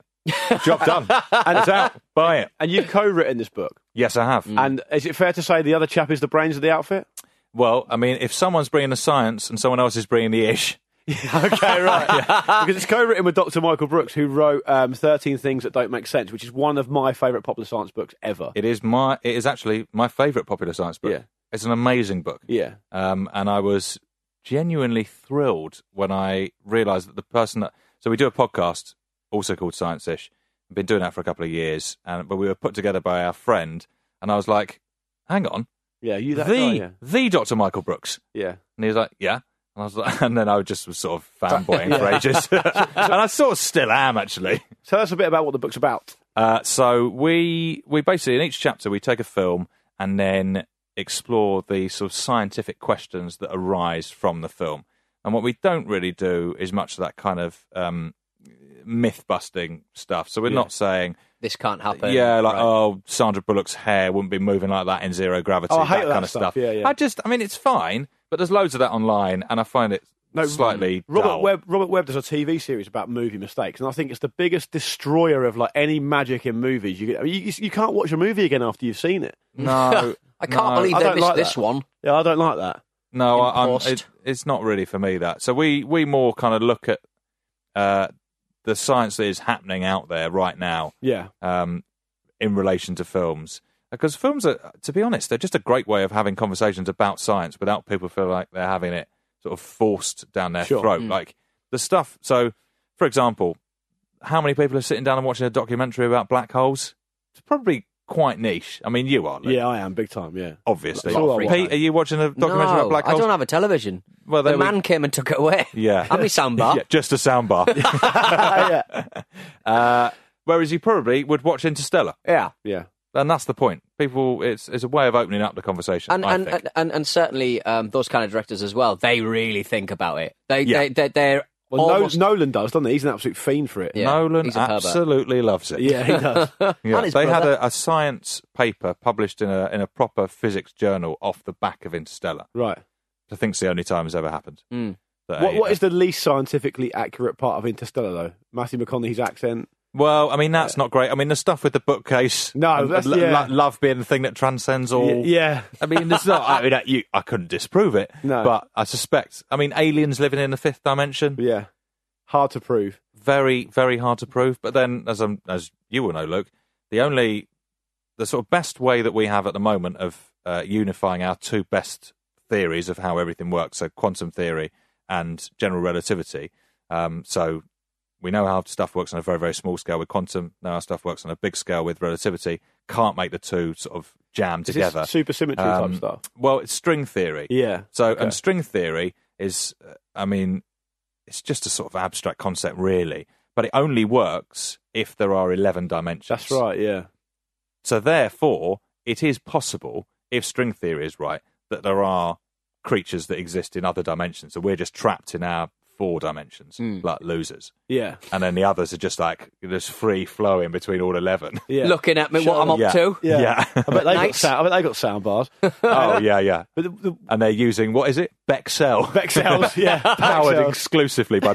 Speaker 3: Job done. and it's out. Buy it.
Speaker 2: and you've co written this book.
Speaker 3: Yes, I have.
Speaker 1: Mm.
Speaker 2: And is it fair to say the other chap is the brains of the outfit?
Speaker 3: Well, I mean, if someone's bringing the science and someone else is bringing the ish,
Speaker 2: okay, right. Because it's co-written with Dr. Michael Brooks, who wrote um, 13 Things That Don't Make Sense, which is one of my favourite popular science books ever.
Speaker 3: it is my it is actually my favourite popular science book.
Speaker 2: Yeah.
Speaker 3: It's an amazing book.
Speaker 2: Yeah.
Speaker 3: Um, and I was genuinely thrilled when I realised that the person that so we do a podcast also called Science Ish. I've been doing that for a couple of years, and but we were put together by our friend, and I was like, "Hang on,
Speaker 2: Yeah, you
Speaker 3: the
Speaker 2: that guy, yeah.
Speaker 3: the Dr. Michael Brooks."
Speaker 2: Yeah.
Speaker 3: And he was like, "Yeah." And I was like, and then I just was sort of fanboying for ages, and I sort of still am actually.
Speaker 2: Tell us a bit about what the book's about.
Speaker 3: Uh, so we we basically in each chapter we take a film and then explore the sort of scientific questions that arise from the film. And what we don't really do is much of that kind of um, myth busting stuff. So we're not saying
Speaker 1: This can't happen.
Speaker 3: yeah, like
Speaker 1: Right.
Speaker 3: oh, Sandra Bullock's hair wouldn't be moving like that in zero gravity.
Speaker 2: Oh, I hate
Speaker 3: that,
Speaker 2: that
Speaker 3: kind of
Speaker 2: stuff.
Speaker 3: stuff.
Speaker 2: Yeah, yeah.
Speaker 3: I just, I mean, it's fine, but there's loads of that online, and I find it
Speaker 2: No,
Speaker 3: slightly
Speaker 2: Robert
Speaker 3: dull.
Speaker 2: Webb, Robert Webb does a TV series about movie mistakes, and I think it's the biggest destroyer of like any magic in movies. You, get- I mean, you, you can't watch a movie again after you've seen it.
Speaker 3: No,
Speaker 1: I can't
Speaker 3: no.
Speaker 1: believe
Speaker 2: I
Speaker 1: they
Speaker 2: don't
Speaker 1: missed
Speaker 2: like
Speaker 1: this
Speaker 2: that.
Speaker 1: one.
Speaker 2: Yeah, I don't like that.
Speaker 3: No, I, I'm,
Speaker 1: Impost.
Speaker 3: it, it's not really for me that. So we we more kind of look at uh, the science that is happening out there right now
Speaker 2: Yeah,
Speaker 3: um, in relation to films. Because films are, to be honest, they're just a great way of having conversations about science without people feel like they're having it sort of forced down their
Speaker 2: Sure.
Speaker 1: Mm.
Speaker 3: throat. Like the stuff. So, for example, how many people are sitting down and watching a documentary about black holes? It's probably quite niche. I mean, you are, Luke,
Speaker 2: yeah, I am big time. Yeah,
Speaker 3: obviously.
Speaker 2: That's all I
Speaker 3: Pete,
Speaker 2: watch.
Speaker 3: are you watching a documentary
Speaker 1: no,
Speaker 3: about black holes?
Speaker 1: I don't have a television.
Speaker 3: Well,
Speaker 1: the
Speaker 3: there we-
Speaker 1: man came and took it away.
Speaker 3: Yeah.
Speaker 1: and my soundbar.
Speaker 3: Yeah, just a soundbar.
Speaker 2: yeah,
Speaker 3: uh, whereas you probably would watch Interstellar,
Speaker 1: yeah.
Speaker 2: yeah.
Speaker 3: and that's the point. People, it's it's a way of opening up the conversation.
Speaker 1: and
Speaker 3: I
Speaker 1: and, uh,
Speaker 3: think.
Speaker 1: and and and certainly um, those kind of directors as well. They really think about it. They
Speaker 3: Yeah.
Speaker 1: they they they're
Speaker 2: Well, no,
Speaker 1: almost,
Speaker 2: Nolan does, doesn't he? He's an absolute fiend for it.
Speaker 1: Yeah,
Speaker 3: Nolan
Speaker 1: he's a pervert.
Speaker 3: absolutely loves it.
Speaker 2: Yeah, he does.
Speaker 3: Yeah.
Speaker 1: And his
Speaker 3: they had
Speaker 1: brother.
Speaker 3: a, a science paper published in a in a proper physics journal off the back of Interstellar.
Speaker 2: right.
Speaker 3: I think it's the only time it's ever happened.
Speaker 1: Mm.
Speaker 3: That
Speaker 2: What,
Speaker 3: a-
Speaker 2: what is the least scientifically accurate part of Interstellar, though? Matthew McConaughey's accent.
Speaker 3: Well, I mean, that's not great. I mean, the stuff with the bookcase.
Speaker 2: No,
Speaker 3: and
Speaker 2: that's-
Speaker 3: lo-
Speaker 2: yeah.
Speaker 3: lo- love being the thing that transcends all.
Speaker 2: Y- yeah.
Speaker 3: I mean, it's not. I mean, uh, you, I couldn't disprove it.
Speaker 2: No.
Speaker 3: But I suspect. I mean, aliens living in the fifth dimension.
Speaker 2: Yeah. Hard to prove.
Speaker 3: Very, very hard to prove. But then, as I'm, as you will know, Luke, the only, the sort of best way that we have at the moment of uh, unifying our two best theories of how everything works, so quantum theory and general relativity. Um, so we know how stuff works on a very, very small scale with quantum. Know how stuff works on a big scale with relativity. Can't make the two sort of jam
Speaker 2: Is
Speaker 3: together.
Speaker 2: this supersymmetry
Speaker 3: Um,
Speaker 2: type stuff?
Speaker 3: Well, it's string theory.
Speaker 2: Yeah.
Speaker 3: So,
Speaker 2: Okay.
Speaker 3: and string theory is, uh, I mean, it's just a sort of abstract concept, really, but it only works if there are 11 dimensions.
Speaker 2: That's right. Yeah.
Speaker 3: So, therefore, it is possible, if string theory is right, that there are creatures that exist in other dimensions. So, we're just trapped in our four dimensions, like losers.
Speaker 2: Yeah.
Speaker 3: And then the others are just like, there's free flowing between all 11.
Speaker 2: Yeah.
Speaker 1: looking at me. What I'm up
Speaker 3: Yeah.
Speaker 1: to?
Speaker 2: Yeah.
Speaker 3: Yeah.
Speaker 2: I bet they got
Speaker 1: Nice.
Speaker 2: sound, I bet they got sound bars.
Speaker 3: oh, yeah, yeah.
Speaker 2: But the, the
Speaker 3: And they're using, what is it? Bexel.
Speaker 2: Bexels, yeah,
Speaker 3: Powered
Speaker 2: Bexels.
Speaker 3: exclusively by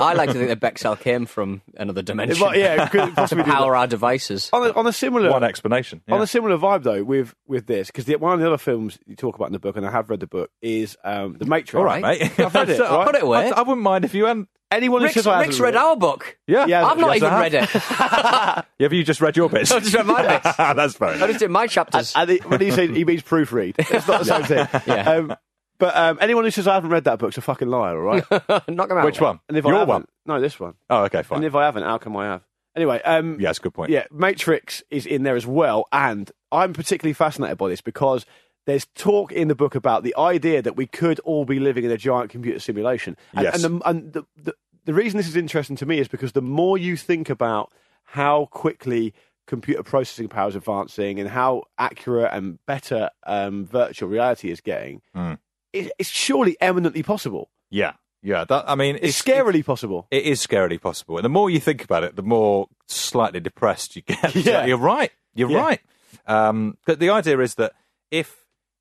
Speaker 1: I like to think that Bexel came from another dimension.
Speaker 2: it might, yeah, it could
Speaker 1: to
Speaker 2: possibly do
Speaker 1: power
Speaker 2: that.
Speaker 1: our devices.
Speaker 2: On a, on a similar
Speaker 3: one explanation.
Speaker 2: on
Speaker 3: yeah.
Speaker 2: a similar vibe though with with this because one of the other films you talk about in the book and I have read the book is um, the Matrix.
Speaker 3: All right, mate.
Speaker 2: I've read it.
Speaker 1: So,
Speaker 2: right?
Speaker 1: put it away.
Speaker 3: I, I wouldn't mind if you hadn't.
Speaker 2: Anyone who
Speaker 1: Rick's,
Speaker 2: says I haven't
Speaker 1: Rick's read our book.
Speaker 3: Yeah,
Speaker 2: Yeah,
Speaker 1: I've not
Speaker 2: yes,
Speaker 1: even
Speaker 2: I have.
Speaker 1: read it.
Speaker 3: Have you just read your bits?
Speaker 1: I've just read my bits.
Speaker 3: That's fair.
Speaker 1: I just did my chapters.
Speaker 2: And he, when he says he means proofread, it's not the same thing.
Speaker 1: Yeah.
Speaker 2: Um, but um, anyone who says I haven't read that book's a fucking liar, all right?
Speaker 1: Knock him out.
Speaker 3: Which one?
Speaker 2: And if I
Speaker 3: your
Speaker 2: haven't-
Speaker 3: one.
Speaker 2: no, this one.
Speaker 3: Oh, okay,
Speaker 2: And
Speaker 3: fine.
Speaker 2: if I haven't, how come I have? Anyway, um,
Speaker 3: Yeah, that's a good point.
Speaker 2: Yeah, Matrix is in there as well, and I'm particularly fascinated by this because there's talk in the book about the idea that we could all be living in a giant computer simulation. And,
Speaker 3: Yes.
Speaker 2: and, the, and the, the the reason this is interesting to me is because the more you think about how quickly computer processing power is advancing and how accurate and better um, virtual reality is getting,
Speaker 3: Mm.
Speaker 2: it, it's surely eminently possible.
Speaker 3: yeah, yeah. That I mean,
Speaker 2: It's, scarily possible.
Speaker 3: It is scarily possible. And the more you think about it, the more slightly depressed you get.
Speaker 2: Yeah.
Speaker 3: You're right. You're
Speaker 2: Yeah.
Speaker 3: right. Um, but the idea is that if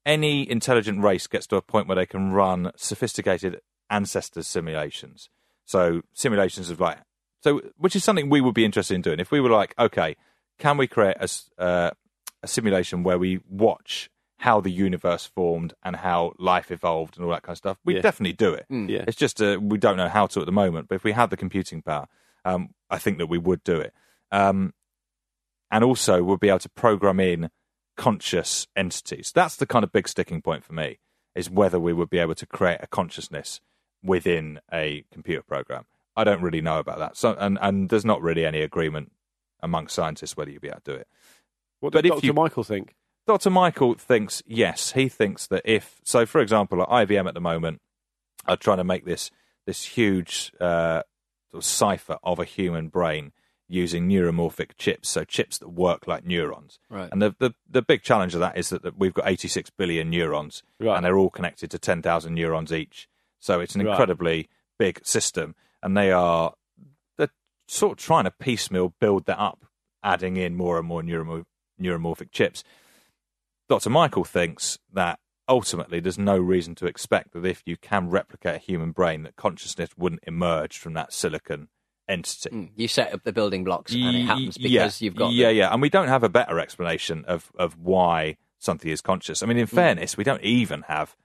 Speaker 3: any intelligent race gets to a point where they can run sophisticated ancestor simulations, so simulations of like, so which is something we would be interested in doing. If we were like, okay, can we create a, s- uh, a simulation where we watch how the universe formed and how life evolved and all that kind of stuff? We'd
Speaker 2: Yeah.
Speaker 3: definitely do it.
Speaker 2: Yeah.
Speaker 3: It's just uh, we don't know how to at the moment, but if we had the computing power, um, I think that we would do it. Um, and also, we'll be able to program in conscious entities. That's the kind of big sticking point for me is whether we would be able to create a consciousness within a computer program. I don't really know about that. So, and, and there's not really any agreement amongst scientists whether you'd be able to do it.
Speaker 2: What does
Speaker 3: but if
Speaker 2: Dr.
Speaker 3: you-
Speaker 2: Michael think?
Speaker 3: Dr. Michael thinks yes. He thinks that if so, for example, at IBM at the moment are trying to make this this huge uh, sort of cipher of a human brain using neuromorphic chips, so chips that work like neurons.
Speaker 1: Right.
Speaker 3: And the, the, the big challenge of that is that, that we've got 86 billion neurons,
Speaker 2: Right.
Speaker 3: and they're all connected to 10,000 neurons each. So it's an
Speaker 2: Right.
Speaker 3: incredibly big system, and they are they're sort of trying to piecemeal build that up, adding in more and more neuromor- neuromorphic chips. Dr. Michael thinks that ultimately there's no reason to expect that if you can replicate a human brain, that consciousness wouldn't emerge from that silicon entity.
Speaker 1: Mm, you set up the building blocks and
Speaker 3: Y-
Speaker 1: it happens
Speaker 3: yeah,
Speaker 1: because you've got
Speaker 3: yeah, yeah, and we don't have a better explanation of of why something is conscious. I mean, in
Speaker 1: Hmm.
Speaker 3: fairness, we don't even have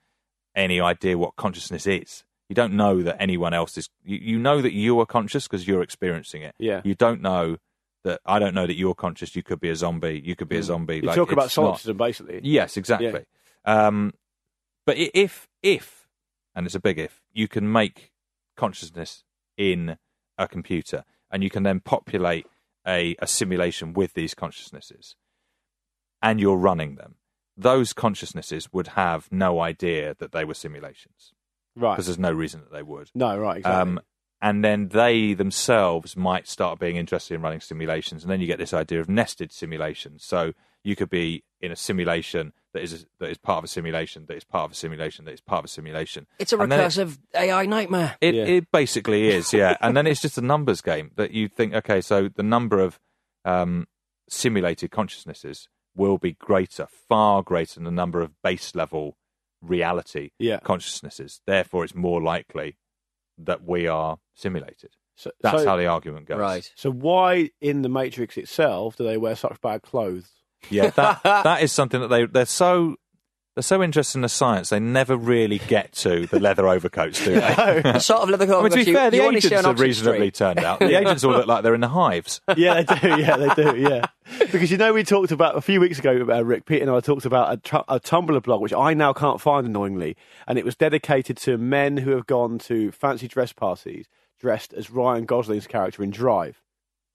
Speaker 3: any idea what consciousness is. You don't know that anyone else is. You, you know that you are conscious because you're experiencing it.
Speaker 2: Yeah.
Speaker 3: You don't know that. I don't know that you're conscious. You could be a zombie. You
Speaker 1: Hmm.
Speaker 3: could be a zombie.
Speaker 2: You
Speaker 3: like,
Speaker 2: talk about
Speaker 3: it's not-
Speaker 2: solipsism, basically.
Speaker 3: Yes, exactly. Um, but i- if if and it's a big if, you can make consciousness in a computer, and you can then populate a, a simulation with these consciousnesses, and you're running them. Those consciousnesses would have no idea that they were simulations
Speaker 2: Right.
Speaker 3: because there's no reason that they would.
Speaker 2: No, right, exactly.
Speaker 3: Um, and then they themselves might start being interested in running simulations, and then you get this idea of nested simulations. So you could be in a simulation that is that is part of a simulation, that is part of a simulation, that is part of a simulation.
Speaker 1: It's a
Speaker 3: And then it-
Speaker 1: recursive AI nightmare.
Speaker 3: it,
Speaker 2: Yeah.
Speaker 3: it basically is, yeah. and then it's just a numbers game that you think, okay, so the number of um, simulated consciousnesses will be greater, far greater than the number of base level reality
Speaker 2: Yeah.
Speaker 3: consciousnesses. Therefore, it's more likely that we are simulated.
Speaker 2: so,
Speaker 3: That's
Speaker 2: so,
Speaker 3: how the argument goes.
Speaker 1: Right.
Speaker 2: so why in the Matrix itself do they wear such bad clothes?
Speaker 3: Yeah, that that is something that they they're so they're so interested in the science they never really get to the leather overcoats, do they?
Speaker 1: The sort of leather coat
Speaker 3: I mean, to
Speaker 1: that
Speaker 3: be
Speaker 1: you-
Speaker 3: fair,
Speaker 1: you
Speaker 3: the
Speaker 1: only see
Speaker 3: agents
Speaker 1: on
Speaker 3: have
Speaker 1: Oxford
Speaker 3: reasonably
Speaker 1: Street.
Speaker 3: turned out. The agents all look like they're in the hives.
Speaker 2: yeah, they do. Yeah, they do. Yeah. Because you know, we talked about a few weeks ago, uh, Rick, Pete, and I talked about a, tr- a Tumblr blog, which I now can't find annoyingly. And it was dedicated to men who have gone to fancy dress parties dressed as Ryan Gosling's character in Drive.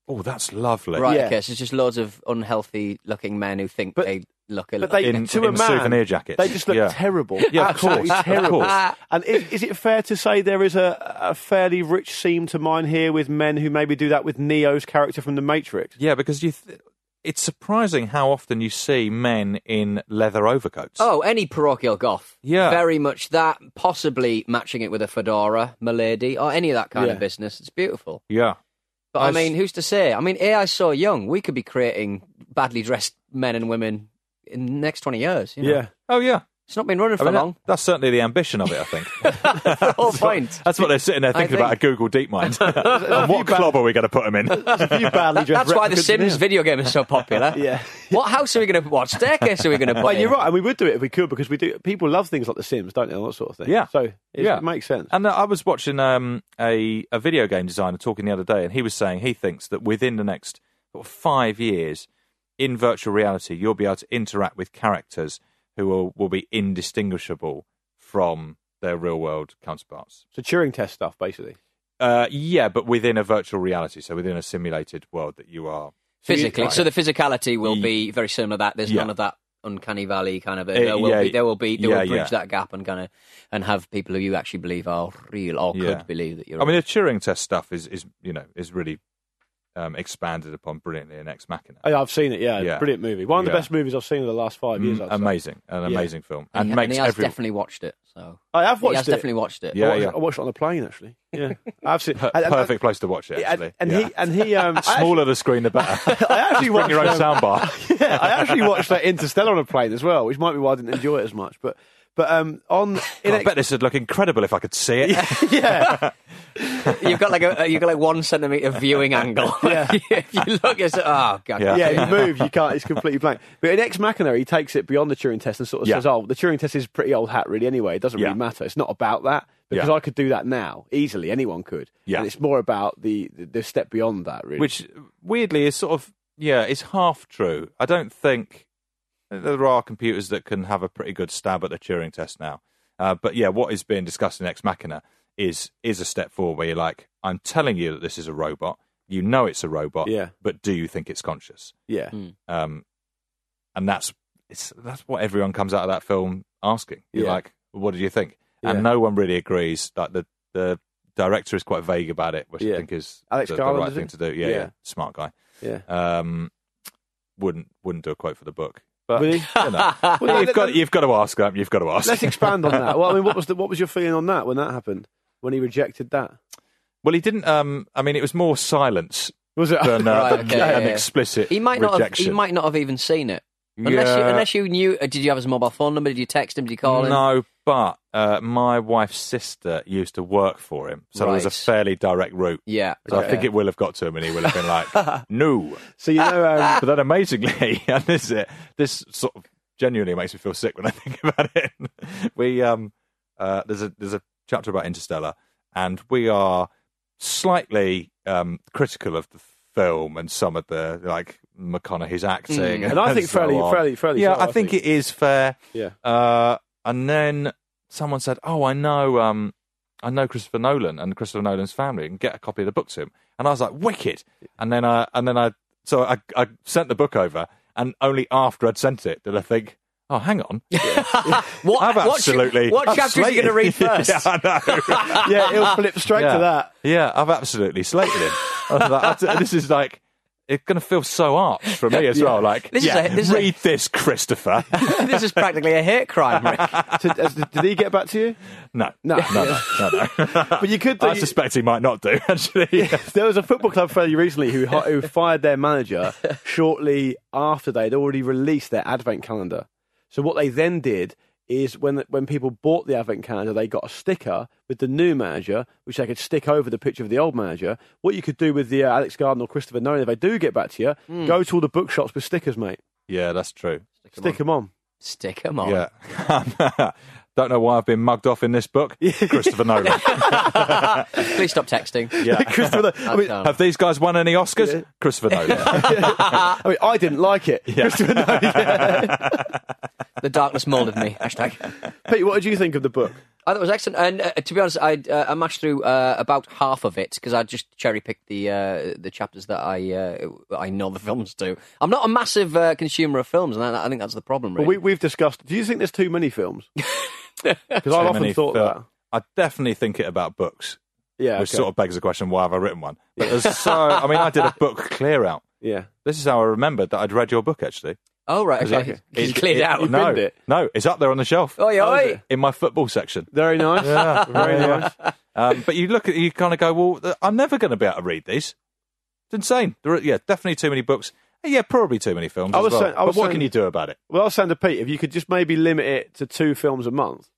Speaker 3: Oh, that's lovely.
Speaker 1: Right,
Speaker 2: Yeah.
Speaker 1: okay, so it's just loads of unhealthy looking men who think
Speaker 2: But-
Speaker 1: they look a
Speaker 2: But
Speaker 1: little
Speaker 2: they,
Speaker 3: In-
Speaker 2: to a
Speaker 3: in
Speaker 2: man,
Speaker 3: souvenir jackets.
Speaker 2: They just look
Speaker 3: Yeah.
Speaker 2: terrible.
Speaker 3: Yeah, of
Speaker 2: Absolutely
Speaker 3: course, of
Speaker 2: terrible.
Speaker 3: course.
Speaker 2: Uh, And is, is it fair to say there is a, a fairly rich seam to mine here with men who maybe do that with Neo's character from The Matrix?
Speaker 3: Yeah, because you. Th- it's surprising how often you see men in leather overcoats.
Speaker 1: Oh, any parochial goth.
Speaker 3: Yeah.
Speaker 1: Very much that, possibly matching it with a fedora, milady, or any of that kind
Speaker 2: Yeah.
Speaker 1: of business. It's beautiful.
Speaker 3: yeah.
Speaker 1: But
Speaker 3: I
Speaker 1: I,
Speaker 3: s-
Speaker 1: mean, who's to say? I mean, AI so young, we could be creating badly dressed men and women in the next 20 years. You know?
Speaker 3: Oh, yeah.
Speaker 1: It's not been running
Speaker 3: I
Speaker 1: for
Speaker 3: mean,
Speaker 1: long.
Speaker 3: that- that's certainly the ambition of it. I think.
Speaker 1: The whole point.
Speaker 3: That's what they're sitting there
Speaker 1: I
Speaker 3: thinking about a Google DeepMind. and what club are we going to put them in?
Speaker 2: You badly dressed
Speaker 1: That's why The
Speaker 2: replicants of
Speaker 1: Sims
Speaker 2: Neo.
Speaker 1: video game is so popular.
Speaker 2: Yeah.
Speaker 1: What house are we going to What staircase are we going to put?
Speaker 2: Well, you're
Speaker 1: in?
Speaker 2: right, and we would do it if we could because we do. People love things like The Sims, don't they? And that sort of thing.
Speaker 3: Yeah.
Speaker 2: So it,
Speaker 3: Yeah.
Speaker 2: it makes sense.
Speaker 3: and uh, I was watching um, a a video game designer talking the other day, and he was saying he thinks that within the next sort of five years, in virtual reality, you'll be able to interact with characters who will, will be indistinguishable from their real world counterparts.
Speaker 2: So Turing test stuff, basically.
Speaker 3: Uh, yeah, but within a virtual reality, so within a simulated world that you are
Speaker 1: Physically. So the physicality will
Speaker 3: Ye-
Speaker 1: be very similar to that. There's
Speaker 3: Yeah.
Speaker 1: none of that uncanny valley kind of.
Speaker 3: Uh,
Speaker 1: there, will
Speaker 3: yeah,
Speaker 1: be, there will be, they
Speaker 3: yeah,
Speaker 1: will bridge
Speaker 3: yeah.
Speaker 1: that gap and kind of, and have people who you actually believe are real or
Speaker 3: Yeah.
Speaker 1: could believe that you're
Speaker 3: I mean, the Turing test stuff is, is you know, is really um, expanded upon brilliantly in Ex Machina.
Speaker 2: Oh, yeah, I've seen it. Yeah,
Speaker 3: Yeah.
Speaker 2: brilliant movie. One of
Speaker 3: Yeah.
Speaker 2: the best movies I've seen in the last five years.
Speaker 3: Mm,
Speaker 2: I'd say.
Speaker 3: amazing, an
Speaker 2: Yeah.
Speaker 3: amazing film,
Speaker 1: And,
Speaker 3: and
Speaker 1: he, and
Speaker 3: makes
Speaker 1: he has
Speaker 3: every
Speaker 1: definitely watched it. So
Speaker 2: I have
Speaker 1: he
Speaker 2: watched
Speaker 1: has
Speaker 2: it.
Speaker 1: definitely watched it.
Speaker 3: Yeah,
Speaker 2: I watched,
Speaker 3: yeah.
Speaker 2: I watched it on a plane actually. Yeah, I've seen.
Speaker 3: per-
Speaker 2: and- and-
Speaker 3: perfect place to watch it.
Speaker 2: and-
Speaker 3: Actually,
Speaker 2: And,
Speaker 3: Yeah.
Speaker 2: he and he um, I actually-
Speaker 3: smaller the screen, the better.
Speaker 2: I actually
Speaker 3: Bring
Speaker 2: watched
Speaker 3: your own
Speaker 2: um,
Speaker 3: soundbar.
Speaker 2: yeah, I actually watched that Interstellar on a plane as well, which might be why I didn't enjoy it as much. But but um on in
Speaker 3: I bet this would look incredible if I could see it.
Speaker 2: yeah
Speaker 1: you've got like a uh, you've got like one centimeter viewing angle.
Speaker 2: Yeah.
Speaker 1: if you look, it's oh god.
Speaker 3: Yeah.
Speaker 2: yeah, you move, you can't. It's completely blank. But in Ex Machina, he takes it beyond the Turing test and sort of
Speaker 3: Yeah.
Speaker 2: says, "Oh, the Turing test is pretty old hat, really. Anyway, it doesn't
Speaker 3: Yeah.
Speaker 2: really matter. It's not about that because
Speaker 3: Yeah.
Speaker 2: I could do that now easily. Anyone could.
Speaker 3: Yeah.
Speaker 2: And it's more about the the, the step beyond that, really.
Speaker 3: which weirdly is sort of yeah, it's half true. I don't think there are computers that can have a pretty good stab at the Turing test now. Uh, but yeah, what is being discussed in Ex Machina is is a step forward where you're like, I'm telling you that this is a robot. You know it's a robot.
Speaker 2: Yeah.
Speaker 3: But do you think it's conscious?
Speaker 2: yeah,
Speaker 3: Um, and that's it's that's what everyone comes out of that film asking. You're
Speaker 2: Yeah.
Speaker 3: like, what did you think?
Speaker 2: Yeah.
Speaker 3: And no one really agrees. Like the the director is quite vague about it, which
Speaker 2: Yeah.
Speaker 3: I think is
Speaker 2: Alex
Speaker 3: the, the
Speaker 2: Garland,
Speaker 3: right
Speaker 2: is
Speaker 3: thing
Speaker 2: it?
Speaker 3: to do. Yeah,
Speaker 2: Yeah.
Speaker 3: yeah, smart guy.
Speaker 2: Yeah.
Speaker 3: Um, wouldn't wouldn't do a quote for the book, but
Speaker 2: Really?
Speaker 3: you know.
Speaker 2: Well,
Speaker 3: you've
Speaker 2: let-
Speaker 3: got
Speaker 2: let-
Speaker 3: you've got to ask. Um, you've got to ask.
Speaker 2: Let's expand on that. Well, I mean, what was the, what was your feeling on that when that happened? When he rejected that,
Speaker 3: well, he didn't. Um, I mean, it was more silence
Speaker 2: was it?
Speaker 3: than, uh,
Speaker 1: Right,
Speaker 3: than
Speaker 1: okay, yeah,
Speaker 3: an
Speaker 1: yeah.
Speaker 3: explicit
Speaker 1: He might not. Have,
Speaker 3: rejection.
Speaker 1: he might not have even seen it. Unless, you,
Speaker 3: Yeah.
Speaker 1: unless you knew, uh, did you have his mobile phone number? Did you text him? Did you call him?
Speaker 3: No, but uh, my wife's sister used to work for him, so there was a
Speaker 1: Right.
Speaker 3: fairly direct route.
Speaker 1: Yeah.
Speaker 3: So I think it will have got to him, and he will have been like, "No."
Speaker 2: So you know, um,
Speaker 3: But then, amazingly, and this is it, this sort of genuinely makes me feel sick when I think about it. we um, uh, there's a there's a chapter about Interstellar, and we are slightly um critical of the film and some of the like McConaughey's acting,
Speaker 1: Hmm.
Speaker 3: and,
Speaker 2: and I think
Speaker 3: so
Speaker 2: fairly,
Speaker 3: on.
Speaker 2: fairly, fairly.
Speaker 3: Yeah,
Speaker 2: so,
Speaker 3: I think it is fair.
Speaker 2: Yeah.
Speaker 3: Uh, and then someone said, "Oh, I know, um, I know Christopher Nolan and Christopher Nolan's family, and get a copy of the book to him." And I was like, "Wicked!" And then I, and then I, so I, I sent the book over, and only after I'd sent it did I think, "Oh, hang on,
Speaker 1: What, what
Speaker 3: I've
Speaker 1: ch-
Speaker 3: absolutely,
Speaker 1: What, chapter are you going to read first?
Speaker 3: yeah, I know.
Speaker 2: yeah, it'll flip straight
Speaker 3: Yeah.
Speaker 2: to that.
Speaker 3: Yeah, I've absolutely slated him. I was like, I- this is like. It's going to feel so arch for me as well. Like,
Speaker 1: This is
Speaker 3: yeah,
Speaker 1: a- this is a-
Speaker 3: read this, Christopher.
Speaker 1: this is practically a hate crime, Rick.
Speaker 2: So, uh, did did he get back to you?
Speaker 3: No,
Speaker 2: No.
Speaker 3: no, no, no, no.
Speaker 2: But you could. do-
Speaker 3: I suspect he might not do actually.
Speaker 2: there was a football club fairly recently who, hi- who fired their manager shortly after they'd already released their advent calendar. So what they then did is when when people bought the advent calendar, they got a sticker with the new manager, which they could stick over the picture of the old manager. What you could do with the uh, Alex Garden or Christopher Nolan, if they do get back to you, go to all the bookshops with stickers, mate.
Speaker 3: Yeah, that's true.
Speaker 2: Hmm. Stick 'em on.
Speaker 1: Stick 'em on.
Speaker 3: Yeah, don't know why I've been mugged off in this book, Christopher Nolan.
Speaker 1: Please stop texting.
Speaker 3: Yeah.
Speaker 2: Christopher Nolan. I mean,
Speaker 1: No.
Speaker 3: Have these guys won any Oscars? Christopher Nolan.
Speaker 2: I mean, I didn't like it. Christopher Nolan.
Speaker 1: The darkness moulded me. Hashtag.
Speaker 2: Pete, what did you think of the book?
Speaker 1: Oh, that was excellent. And uh, to be honest, I uh, I mashed through uh, about half of it because I just cherry picked the uh, the chapters that I uh, I know the films do. I'm not a massive uh, consumer of films, and I, I think that's the problem.
Speaker 2: Well,
Speaker 1: Really.
Speaker 2: we, we've discussed. Do you think there's too many films? Because I've
Speaker 3: Too
Speaker 2: often
Speaker 3: many
Speaker 2: thought
Speaker 3: fil-
Speaker 2: that.
Speaker 3: I definitely think it about books,
Speaker 2: Yeah.
Speaker 3: which
Speaker 2: okay.
Speaker 3: sort of begs the question: Why have I written one? But there's so, I mean, I did a book clear out.
Speaker 2: Yeah.
Speaker 3: This is how I remembered that I'd read your book actually.
Speaker 1: oh right,
Speaker 3: 'Cause
Speaker 1: okay.
Speaker 3: it-
Speaker 1: You cleared it out.
Speaker 2: You
Speaker 3: No,
Speaker 2: binned it.
Speaker 3: no, it's up there on the shelf
Speaker 1: Oi,
Speaker 2: Oh, is
Speaker 1: oi.
Speaker 2: it?
Speaker 3: in my football section.
Speaker 2: Very nice. Very nice.
Speaker 3: Um, but you look at you kind of go, well, th- I'm never going to be able to read these. It's insane. There are, yeah, definitely too many books. Eh, Yeah, probably too many films.
Speaker 2: I
Speaker 3: as
Speaker 2: was
Speaker 3: well.
Speaker 2: saying- I was
Speaker 3: but what
Speaker 2: saying-
Speaker 3: can you do about it?
Speaker 2: Well, I was saying to Pete, if you could just maybe limit it to two films a month,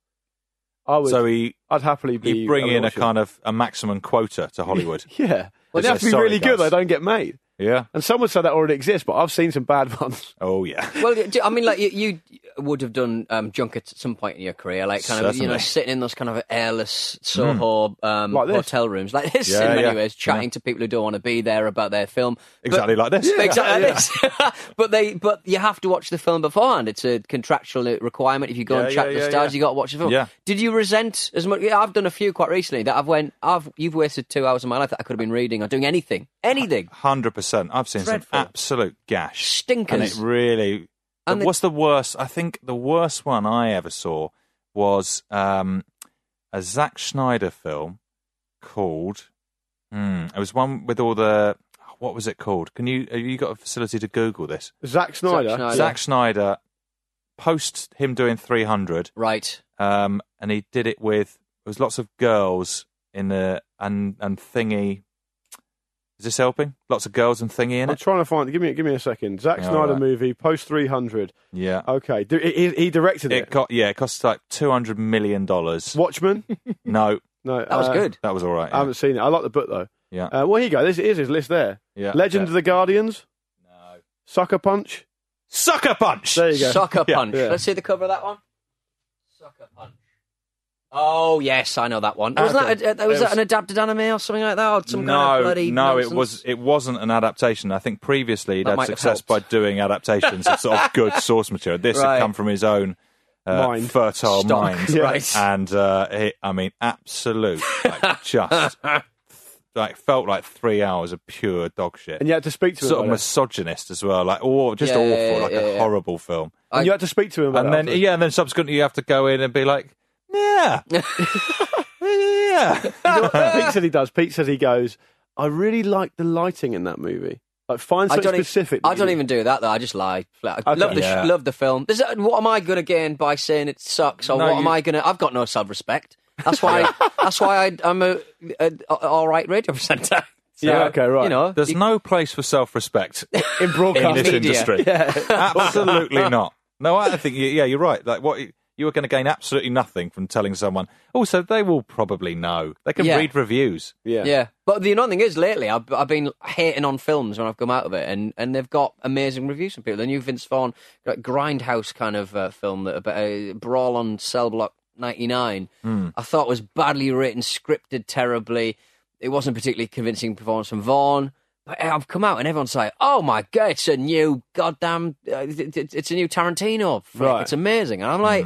Speaker 2: I would.
Speaker 3: so he
Speaker 2: I'd happily be.
Speaker 3: you bring in a kind of a maximum quota to Hollywood.
Speaker 2: Yeah. Well,
Speaker 3: As
Speaker 2: they
Speaker 3: a
Speaker 2: have to be
Speaker 3: sorry,
Speaker 2: really good. They
Speaker 3: guys.
Speaker 2: don't get made.
Speaker 3: yeah.
Speaker 2: And someone said that already exists, but I've seen some bad ones.
Speaker 3: Oh yeah.
Speaker 1: Well, do- I mean, like you, you would have done um, junkets at some point in your career, like kind of you know
Speaker 3: Certainly. Mm.
Speaker 1: sitting in those kind of airless Soho um,
Speaker 2: Like this.
Speaker 1: hotel rooms, like this
Speaker 3: Yeah,
Speaker 1: in many
Speaker 3: yeah.
Speaker 1: ways, chatting to people who don't want to be there about their film. But-
Speaker 3: Exactly like this.
Speaker 1: Yeah, exactly like this. but they, but you have to watch the film beforehand. It's a contractual uh, requirement. If you go
Speaker 3: Yeah,
Speaker 1: and chat
Speaker 3: yeah,
Speaker 1: to
Speaker 3: yeah,
Speaker 1: stars,
Speaker 3: yeah.
Speaker 1: you got to watch the film.
Speaker 3: Yeah.
Speaker 1: Did you resent as much? Yeah, I've done a few quite recently that I've went. I've you've wasted two hours of my life that I could have been reading or doing anything, anything.
Speaker 3: Hundred percent. I've seen
Speaker 1: Dreadful.
Speaker 3: some absolute gash and it
Speaker 1: Stinkers.
Speaker 3: really.
Speaker 1: And the-
Speaker 3: what's the worst? I think the worst one I ever saw was um, a Zack Snyder film called. Hmm, it was one with all the. What was it called? Can you have you got a facility to Google this?
Speaker 2: Zack Snyder.
Speaker 1: Snyder.
Speaker 2: Oh, Yeah.
Speaker 3: Zack Snyder, post him doing three hundred,
Speaker 1: right.
Speaker 3: um, and he did it with there was lots of girls in the and and thingy. Is this helping? Lots of girls and thingy in
Speaker 2: I'm
Speaker 3: it.
Speaker 2: trying to find. Give me. Give me a second. Zack
Speaker 3: Yeah, all
Speaker 2: Snyder
Speaker 3: right.
Speaker 2: movie post 300.
Speaker 3: Yeah,
Speaker 2: Okay. D- He, he directed it.
Speaker 3: it co- yeah, it cost like two hundred million dollars.
Speaker 2: Watchmen.
Speaker 3: No,
Speaker 2: No. uh,
Speaker 1: That
Speaker 3: uh,
Speaker 1: was good.
Speaker 3: that was all right.
Speaker 2: I
Speaker 3: Yeah,
Speaker 2: haven't seen it. I like the book though.
Speaker 3: yeah.
Speaker 2: Uh, well, here you go. This is his list there.
Speaker 3: Yeah.
Speaker 2: Legend
Speaker 3: Yeah.
Speaker 2: of the Guardians. No. Sucker Punch.
Speaker 3: Sucker punch.
Speaker 2: There you go.
Speaker 1: Sucker
Speaker 3: Yeah,
Speaker 1: Punch.
Speaker 2: yeah.
Speaker 1: Let's see the cover of that one. Sucker Punch. Oh yes, I know that one. Wasn't that, a, that was,
Speaker 2: It was-
Speaker 1: that an adapted anime or something like that? Or some
Speaker 3: no,
Speaker 1: kind of bloody
Speaker 3: no,
Speaker 1: nonsense?
Speaker 3: it was it wasn't an adaptation. I think previously he'd
Speaker 1: That
Speaker 3: had
Speaker 1: might have
Speaker 3: success by
Speaker 1: helped.
Speaker 3: doing adaptations of sort of good source material. This
Speaker 1: Right.
Speaker 3: had come from his own uh,
Speaker 2: Mind.
Speaker 3: fertile
Speaker 1: Stock,
Speaker 3: mind,
Speaker 1: right.
Speaker 3: And uh, it, I mean, absolute, like, just like felt like three hours of pure dog shit.
Speaker 2: And you had to speak to him.
Speaker 3: sort of
Speaker 2: about it.
Speaker 3: misogynist as well, like oh, just
Speaker 1: Yeah,
Speaker 3: awful,
Speaker 1: yeah, yeah,
Speaker 3: like
Speaker 1: yeah,
Speaker 3: a
Speaker 1: yeah.
Speaker 3: horrible film.
Speaker 2: And you had to speak to him. About
Speaker 3: and
Speaker 2: it
Speaker 3: then
Speaker 2: afterwards.
Speaker 3: yeah, and then subsequently you have to go in and be like, yeah, yeah.
Speaker 2: You know what Pete said he does. Pete says he goes. I really like the lighting in that movie. Like find
Speaker 1: I
Speaker 2: something
Speaker 1: don't, e-
Speaker 2: specific. that
Speaker 1: I don't
Speaker 2: you-
Speaker 1: even do that though. I just lie. flat. I
Speaker 2: Okay.
Speaker 1: love the
Speaker 3: Yeah.
Speaker 1: sh love the film. There's, what am I going to gain by saying it sucks? Or
Speaker 3: No,
Speaker 1: what
Speaker 3: you-
Speaker 1: am I going to? I've got no self respect. That's why. that's why I, I'm a, a, a all right radio presenter. So,
Speaker 2: Yeah, okay, right.
Speaker 1: You know,
Speaker 3: There's
Speaker 1: you-
Speaker 3: no place for self-respect
Speaker 2: in
Speaker 3: in this
Speaker 2: broadcast.
Speaker 1: Media.
Speaker 3: industry. Absolutely not. No, I think you, yeah, you're right. Like what you- you are going to gain absolutely nothing from telling someone. Also, they will probably know. They can
Speaker 1: Yeah.
Speaker 3: read reviews.
Speaker 2: yeah.
Speaker 1: Yeah, but the annoying thing is, lately I've, I've been hating on films when I've come out of it, and, and they've got amazing reviews from people. The new Vince Vaughn like, grindhouse kind of uh, film that about uh, Brawl on Cell Block ninety nine,
Speaker 2: Hmm.
Speaker 1: I thought was badly written, scripted terribly. It wasn't particularly convincing performance from Vaughn. But uh, I've come out and everyone's like, "Oh my god, it's a new goddamn, uh, it- it- it's a new Tarantino. flick.
Speaker 2: Right. Hmm.
Speaker 1: It's amazing." And I'm like,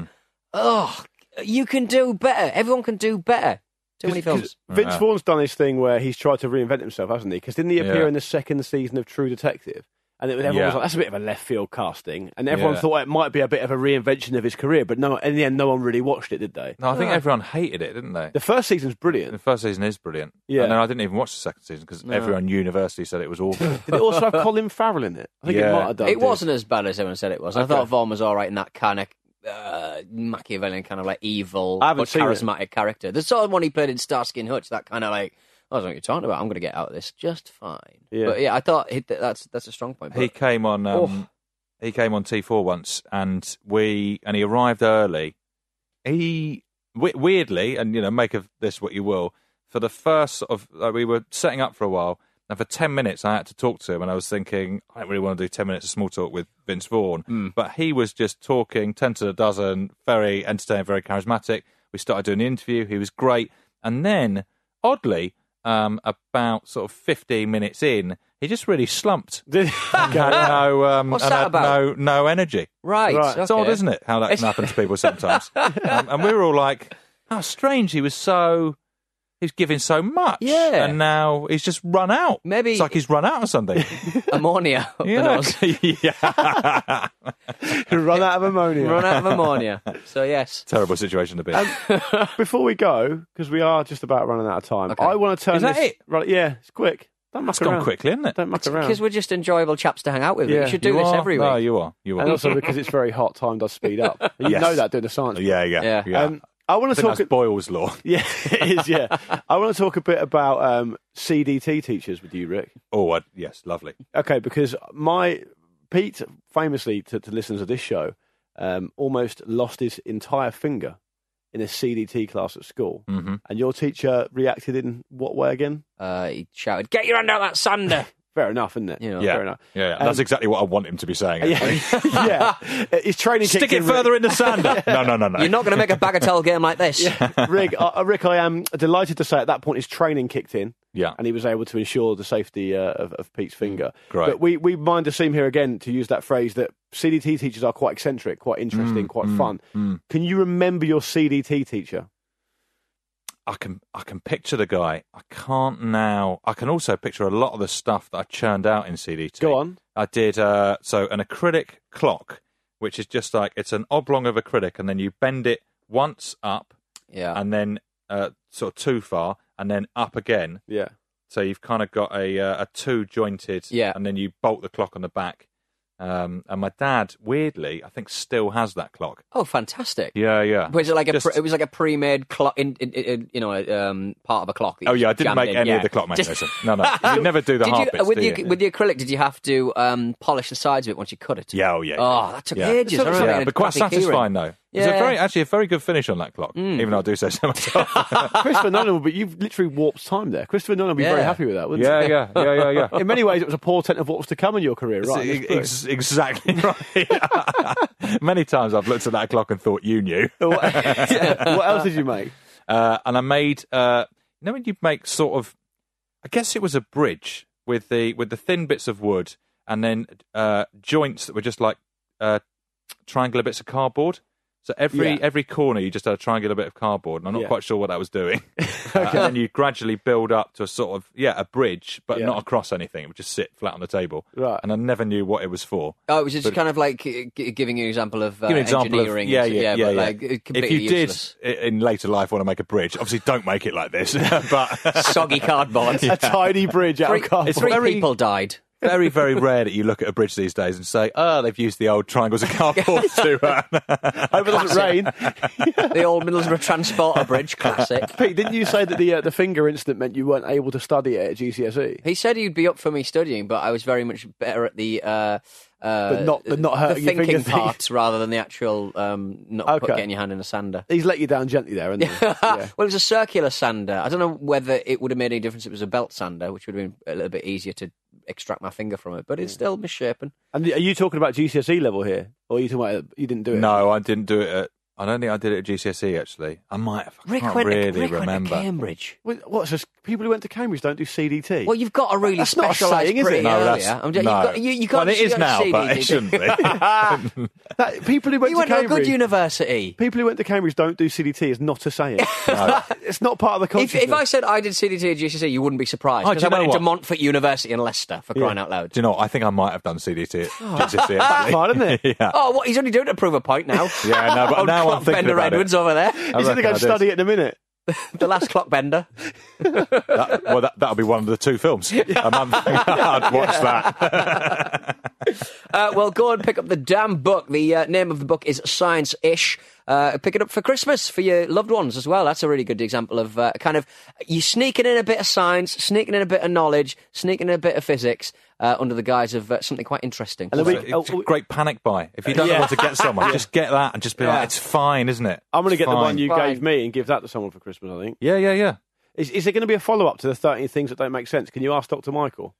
Speaker 1: "Oh, you can do better. Everyone can do better." Too many films.
Speaker 2: Vince
Speaker 3: Yeah.
Speaker 2: Vaughn's done his thing where he's tried to reinvent himself, hasn't he? Because didn't he appear
Speaker 3: Yeah.
Speaker 2: in the second season of True Detective? And it, everyone was
Speaker 3: Yeah.
Speaker 2: like, that's a bit of a left field casting. And everyone
Speaker 3: Yeah.
Speaker 2: thought it might be a bit of a reinvention of his career, but no, in the end, no one really watched it, did they?
Speaker 3: No, I think everyone hated it, didn't they?
Speaker 2: The first season's
Speaker 3: The
Speaker 2: brilliant.
Speaker 3: first season is brilliant.
Speaker 2: Yeah.
Speaker 3: And then I didn't even watch the second season because everyone university said it was awful.
Speaker 2: Did it also have Colin Farrell in it? I think it
Speaker 3: Yeah.
Speaker 2: might have done.
Speaker 1: It
Speaker 2: didn't
Speaker 1: wasn't as bad as everyone said it was. I
Speaker 2: Okay.
Speaker 1: thought Vaughn was all right in that kind of uh, Machiavellian, kind of like evil,
Speaker 2: I haven't
Speaker 1: but
Speaker 2: seen it.
Speaker 1: charismatic character. The sort of one he played in Starsky and Hutch, that kind of like, I don't know what you're talking about. I'm going to get out of this just fine.
Speaker 2: Yeah.
Speaker 1: But yeah, I thought he, that's that's a strong point. But, Oh.
Speaker 3: he came on um, he came on T4 once and we and he arrived early he we- weirdly and you know make of this what you will for the first sort of like, we were setting up for a while and for 10 minutes I had to talk to him and I was thinking I don't really want to do 10 minutes of small talk with Vince Vaughn
Speaker 1: Hmm.
Speaker 3: but he was just talking 10 to the dozen very entertaining very charismatic we started doing the interview he was great and then oddly um, about sort of 15 minutes in he just really slumped
Speaker 2: Did-
Speaker 3: and had no, um,
Speaker 1: What's
Speaker 3: and
Speaker 1: that
Speaker 3: had
Speaker 1: about?
Speaker 3: no no energy.
Speaker 1: right. okay.
Speaker 3: It's odd, isn't it? How that can happen to people sometimes. um, and we were all like, "How strange! He was so." He's giving so much,
Speaker 1: Yeah.
Speaker 3: and now he's just run out.
Speaker 1: Maybe-
Speaker 3: it's like he's run out of something.
Speaker 1: Ammonia. up the
Speaker 3: yeah,
Speaker 1: nose.
Speaker 3: yeah.
Speaker 2: Run out of ammonia.
Speaker 1: Run out of ammonia. So, yes.
Speaker 3: terrible situation to be.
Speaker 1: Um,
Speaker 3: in.
Speaker 2: Before we go, because we are just about running out of time, I want to turn
Speaker 3: Is that
Speaker 2: this.
Speaker 3: it?
Speaker 2: Right, yeah, it's quick. Don't muck
Speaker 3: it's gone
Speaker 2: around.
Speaker 3: quickly, isn't it?
Speaker 2: Don't muck around.
Speaker 1: Because we're just enjoyable chaps to hang out with.
Speaker 2: Yeah.
Speaker 1: you should do
Speaker 3: You
Speaker 1: this
Speaker 3: are-
Speaker 1: every week.
Speaker 3: No, you are. You are.
Speaker 2: And also because it's very hot, time does speed up. You
Speaker 3: Yes. Oh,
Speaker 2: know that doing the science.
Speaker 3: yeah, yeah,
Speaker 1: Yeah.
Speaker 3: yeah.
Speaker 2: Um, I want
Speaker 3: I
Speaker 2: to
Speaker 3: think
Speaker 2: talk.
Speaker 3: that's Boyle's law.
Speaker 2: Yeah, it is. Yeah, I want to talk a bit about um, CDT teachers with you, Rick.
Speaker 3: Oh, I, yes, lovely.
Speaker 2: Okay, because my Pete famously to, to listeners of this show um, almost lost his entire finger in a CDT class at school,
Speaker 3: hmm
Speaker 2: and your teacher reacted in what way again?
Speaker 1: Uh, he shouted, Get your hand out that sander.
Speaker 2: Fair enough, isn't it?
Speaker 1: You know.
Speaker 3: Yeah,
Speaker 2: fair enough.
Speaker 3: yeah, yeah.
Speaker 2: Um,
Speaker 3: that's exactly what I want him to be saying.
Speaker 2: Yeah, yeah. His training
Speaker 3: Stick
Speaker 2: kicked
Speaker 3: it
Speaker 2: in, Rick.
Speaker 3: further in the sand. No, no, no, no.
Speaker 1: You're not going to make a bagatelle game like this.
Speaker 2: Rick, uh, Rick, I am delighted to say at that point his training kicked in.
Speaker 3: Yeah. Mm.
Speaker 2: and he was able to ensure the safety uh, of, of Pete's finger.
Speaker 3: Great.
Speaker 2: But we, we mind the seam here again to use that phrase that CDT teachers are quite eccentric, quite interesting,
Speaker 3: Mm,
Speaker 2: quite fun. Can you remember your CDT teacher?
Speaker 3: I can I can picture the guy. I can't now. I can also picture a lot of the stuff that I churned out in CDT.
Speaker 2: Go on.
Speaker 3: I did uh, so an acrylic clock, which is just like it's an oblong of acrylic, and then you bend it once up,
Speaker 1: Yeah.
Speaker 3: and then uh, sort of too far, and then up again.
Speaker 2: Yeah.
Speaker 3: So you've kind of got a uh, a two jointed,
Speaker 1: Yeah.
Speaker 3: and then you bolt the clock on the back. Um, and my dad, weirdly, I think still has that clock.
Speaker 1: Oh, fantastic!
Speaker 3: Yeah, yeah.
Speaker 1: Was it like a
Speaker 3: Just-
Speaker 1: pre, it was like a pre-made clock in, in, in you know um, part of a clock? that you
Speaker 3: Oh yeah, I
Speaker 1: just
Speaker 3: didn't
Speaker 1: jammed
Speaker 3: make
Speaker 1: in,
Speaker 3: any
Speaker 1: yeah.
Speaker 3: of the clock
Speaker 1: Just-
Speaker 3: mechanism. No, no, you never do the
Speaker 1: Did
Speaker 3: half
Speaker 1: you,
Speaker 3: bits,
Speaker 1: with
Speaker 3: do
Speaker 1: the
Speaker 3: you?
Speaker 1: with the acrylic, did you have to um, polish the sides of it once you cut it?
Speaker 3: Yeah, oh yeah.
Speaker 1: Oh, that took
Speaker 3: yeah.
Speaker 1: ages. I remember getting a
Speaker 3: but quite
Speaker 1: crappy keyring.
Speaker 3: satisfying though. It's a
Speaker 1: Yeah.
Speaker 3: very actually a very good finish on that clock. Even though I do say so myself.
Speaker 2: Christopher Nolan, but you've literally warped time there. Christopher Nolan would be very
Speaker 1: Yeah.
Speaker 2: happy with that, wouldn't
Speaker 3: yeah,
Speaker 2: he?
Speaker 3: yeah, yeah, yeah, yeah.
Speaker 2: In many ways, it was a portent of what was to come in your career,
Speaker 3: It's
Speaker 2: right?
Speaker 3: e-
Speaker 2: That's
Speaker 3: ex- exactly right. Many times I've looked at that clock and thought you knew.
Speaker 2: brilliant.
Speaker 1: uh,
Speaker 2: what yeah. What else did you make?
Speaker 3: Uh, and I made uh, you know when you make sort of, I guess it was a bridge with the with the thin bits of wood and then uh, joints that were just like uh, triangular bits of cardboard. So every
Speaker 2: Yeah.
Speaker 3: every corner you just had a triangular bit of cardboard, and I'm not
Speaker 2: Yeah.
Speaker 3: quite sure what that was doing. Uh, and then you gradually build up to a sort of yeah a bridge, but
Speaker 2: Yeah.
Speaker 3: not across anything. It would just sit flat on the table.
Speaker 2: Right.
Speaker 3: And I never knew what it was for.
Speaker 1: Oh, it was just
Speaker 3: But-
Speaker 1: kind of like uh, g- giving you an example of uh,
Speaker 3: Give me an example
Speaker 1: engineering.
Speaker 3: of yeah,
Speaker 1: and-
Speaker 3: yeah, yeah,
Speaker 1: but
Speaker 3: yeah.
Speaker 1: like it-
Speaker 3: if
Speaker 1: completely
Speaker 3: you
Speaker 1: useless.
Speaker 3: did i- in later life want to make a bridge, obviously don't make it like this. but
Speaker 1: soggy cardboard.
Speaker 2: a tiny bridge out
Speaker 1: Three,
Speaker 2: of cardboard.
Speaker 3: it's
Speaker 1: three
Speaker 3: very-
Speaker 1: people died.
Speaker 3: very, very rare that you look at a bridge these days and say, "Oh, they've used the old triangles and cardboard to." Uh,
Speaker 2: Hope it doesn't rain.
Speaker 1: The old Middlesbrough Transporter Bridge, classic.
Speaker 2: Pete, didn't you say that the uh, the finger incident meant you weren't able to study it at GCSE?
Speaker 1: He said he'd be up for me studying, but I was very much better at the. Uh, uh,
Speaker 2: But not- but not hurting your
Speaker 1: the thinking
Speaker 2: fingers.
Speaker 1: part rather than the actual um, not put-
Speaker 2: Okay.
Speaker 1: getting your hand in a sander.
Speaker 2: He's let you down gently there, hasn't he?
Speaker 1: well, it was a circular sander. I don't know whether it would have made any difference. If it was a belt sander, which would have been a little bit easier to extract my finger from it, but it's still misshapen.
Speaker 2: And are you talking about GCSE E level here, or are you talking about uh, you didn't do it?
Speaker 3: no, I didn't do it. at I don't think I did it at GCSE. E, Actually, I might. have. I
Speaker 1: Rick
Speaker 3: can't
Speaker 1: went
Speaker 3: really
Speaker 1: to, Rick went to
Speaker 3: remember.
Speaker 1: Cambridge.
Speaker 2: What- What's this? People who went to Cambridge don't do CDT.
Speaker 1: Well, you've got a really
Speaker 2: That's not a
Speaker 1: specialised
Speaker 2: saying, is it?
Speaker 1: pretty
Speaker 3: no,
Speaker 1: earlier.
Speaker 3: that's
Speaker 1: I'm
Speaker 3: no.
Speaker 1: just- You, got, you, you can't
Speaker 3: well, it
Speaker 1: you
Speaker 3: is
Speaker 1: got
Speaker 3: now,
Speaker 1: CDD.
Speaker 3: but it shouldn't be.
Speaker 2: That- people who went
Speaker 1: You
Speaker 2: to
Speaker 1: went to a
Speaker 2: Cambridge.
Speaker 1: good university.
Speaker 2: People who went to Cambridge don't do CDT is not a saying. It's not part of the
Speaker 1: If,
Speaker 2: culture.
Speaker 1: if I said I did CDT at GCSE, E, you wouldn't be surprised
Speaker 3: Oh, do
Speaker 1: because
Speaker 3: you
Speaker 1: I
Speaker 3: know
Speaker 1: went into
Speaker 3: what?
Speaker 1: Montfort University in Leicester for crying out loud.
Speaker 3: Do you know? what? I think I might have done CDT at GCSE.
Speaker 2: That's
Speaker 3: actually.
Speaker 2: hard, isn't it?
Speaker 3: yeah.
Speaker 1: Oh, what? He's only doing it to prove a point now.
Speaker 3: Yeah, no, but
Speaker 1: Old
Speaker 3: now I'm
Speaker 1: clockbender
Speaker 3: thinking about
Speaker 1: Edwards
Speaker 3: it.
Speaker 1: over there,
Speaker 3: I
Speaker 2: He's going to go
Speaker 3: reckon I
Speaker 2: and
Speaker 3: did.
Speaker 2: study it in a minute.
Speaker 1: the last clockbender.
Speaker 3: That- well, that, that'll be one of the two films a month. I'd watch that.
Speaker 1: Uh, well, go and pick up the damn book. The uh, name of the book is Science Ish. Uh, pick it up for Christmas for your loved ones as well. That's a really good example of uh, kind of you sneaking in a bit of science, sneaking in a bit of knowledge, sneaking in a bit of physics uh, under the guise of uh, something quite interesting.
Speaker 2: And then we-
Speaker 3: It's a
Speaker 2: oh,
Speaker 3: great panic buy. If you don't know what to get someone, just get that and just be
Speaker 1: Yeah.
Speaker 3: like, it's fine, isn't it?
Speaker 2: I'm going to
Speaker 3: It's
Speaker 2: get the one
Speaker 3: fine."
Speaker 2: you
Speaker 1: Fine.
Speaker 2: gave me and give that to someone for Christmas. I think.
Speaker 3: Yeah, yeah, yeah.
Speaker 2: Is, is there going to be a follow up to the 13 things that don't make sense? Can you ask Dr. Michael?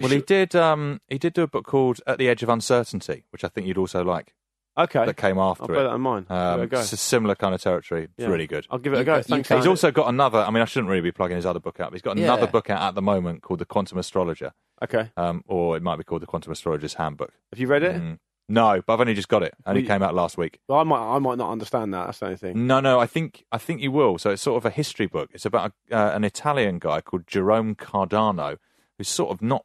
Speaker 3: Well, he did. Um, he did do a book called "At the Edge of Uncertainty," which I think you'd also like.
Speaker 2: Okay.
Speaker 3: That came
Speaker 2: I'll
Speaker 3: after
Speaker 2: bear that
Speaker 3: it.
Speaker 2: in mind. Give
Speaker 3: Um,
Speaker 2: it a go.
Speaker 3: it's a similar kind of territory. It's
Speaker 2: Yeah.
Speaker 3: really good.
Speaker 2: I'll give it a
Speaker 1: You-
Speaker 2: go.
Speaker 1: you
Speaker 2: Thanks.
Speaker 1: can-
Speaker 3: He's
Speaker 2: Simon.
Speaker 3: also got another. I mean, I shouldn't really be plugging his other book out. But he's got
Speaker 1: Yeah.
Speaker 3: another book out at the moment called "The Quantum Astrologer,"
Speaker 2: okay.
Speaker 3: um, or it might be called "The Quantum Astrologer's Handbook."
Speaker 2: Have you read it?
Speaker 3: Mm. No, but I've only just got it, and
Speaker 2: We-
Speaker 3: it came out last week.
Speaker 2: Well, I might. I might not understand that. That's the only thing.
Speaker 3: No, no, I think I think you will. So it's sort of a history book. It's about a, uh, an Italian guy called Jerome Cardano, who's sort of not,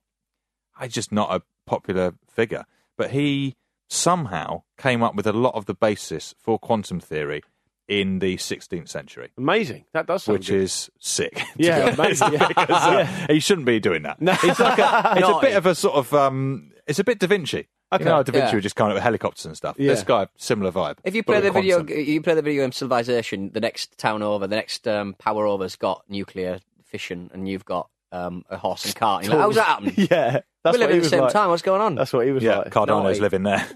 Speaker 3: I just not a popular figure, but he somehow came up with a lot of the basis for quantum theory in the 16th century,
Speaker 2: Amazing. That does sound
Speaker 3: which
Speaker 2: good.
Speaker 3: is sick. to be
Speaker 2: yeah,
Speaker 3: honest.
Speaker 2: amazing. Yeah.
Speaker 3: Because, uh, He shouldn't be doing that. It's like a, it's a
Speaker 1: Naughty.
Speaker 3: bit of a sort of um, it's a bit Da Vinci.
Speaker 2: Okay.
Speaker 3: You know, how Da Vinci
Speaker 1: Yeah.
Speaker 3: was just kind of helicopters and stuff.
Speaker 2: Yeah.
Speaker 3: This guy, similar vibe.
Speaker 1: If you
Speaker 3: but
Speaker 1: play
Speaker 3: with
Speaker 1: the video,
Speaker 3: quantum.
Speaker 1: you play the video game Civilization. The next town over, the next um, power over's got nuclear fission, and you've got um, a horse and cart. And you're like, How's that happening?
Speaker 2: yeah. That's
Speaker 1: we live
Speaker 2: what he
Speaker 1: at the
Speaker 2: was
Speaker 1: same
Speaker 2: like.
Speaker 1: time. What's going on?
Speaker 2: That's what he was
Speaker 3: yeah,
Speaker 2: like.
Speaker 3: Cardano's
Speaker 1: Naughty.
Speaker 3: living there.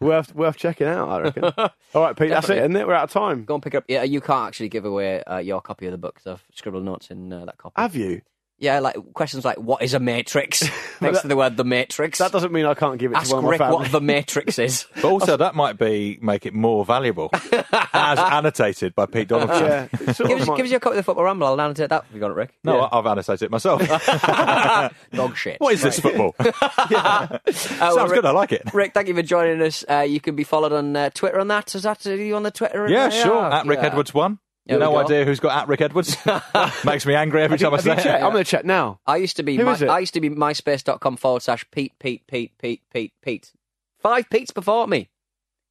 Speaker 2: worth worth checking out. I reckon. All right, Pete. That's it, isn't it? We're out of time.
Speaker 1: Go and pick up. Yeah, you can't actually give away uh, your copy of the book. 'cause I've scribbled notes in uh, that copy.
Speaker 2: Have you?
Speaker 1: Yeah, like questions like what is a matrix? Next to the word the matrix.
Speaker 2: That doesn't mean I can't give it
Speaker 1: Ask
Speaker 2: to one of my
Speaker 1: Rick
Speaker 2: family.
Speaker 1: what the matrix is.
Speaker 3: But also, that might be make it more valuable, as annotated by Pete Donaldson.
Speaker 2: yeah. it's sort
Speaker 1: give,
Speaker 2: of
Speaker 1: us,
Speaker 2: my-
Speaker 1: give us your copy of the football ramble. I'll annotate that. We got it, Rick.
Speaker 3: No, I- I've annotated it myself.
Speaker 1: Dog shit.
Speaker 3: what is this football?
Speaker 1: Uh, well,
Speaker 3: Sounds
Speaker 1: Rick-
Speaker 3: good. I like it.
Speaker 1: Rick, thank you for joining us. Uh, you can be followed on uh, Twitter on that. Is that are you on the Twitter?
Speaker 3: Yeah, sure. At Rick
Speaker 1: Yeah.
Speaker 3: Edwards one.
Speaker 1: There we
Speaker 3: no
Speaker 1: go.
Speaker 3: idea who's got at Rick Edwards. Makes me angry every time I
Speaker 2: Have you
Speaker 3: say
Speaker 2: checked?
Speaker 3: it.
Speaker 2: I'm going to check now.
Speaker 1: I used to be.
Speaker 2: Who
Speaker 1: my,
Speaker 2: is it?
Speaker 1: I used to be myspace.com forward slash Pete Pete Pete Pete Pete Pete. Five Pete's before me.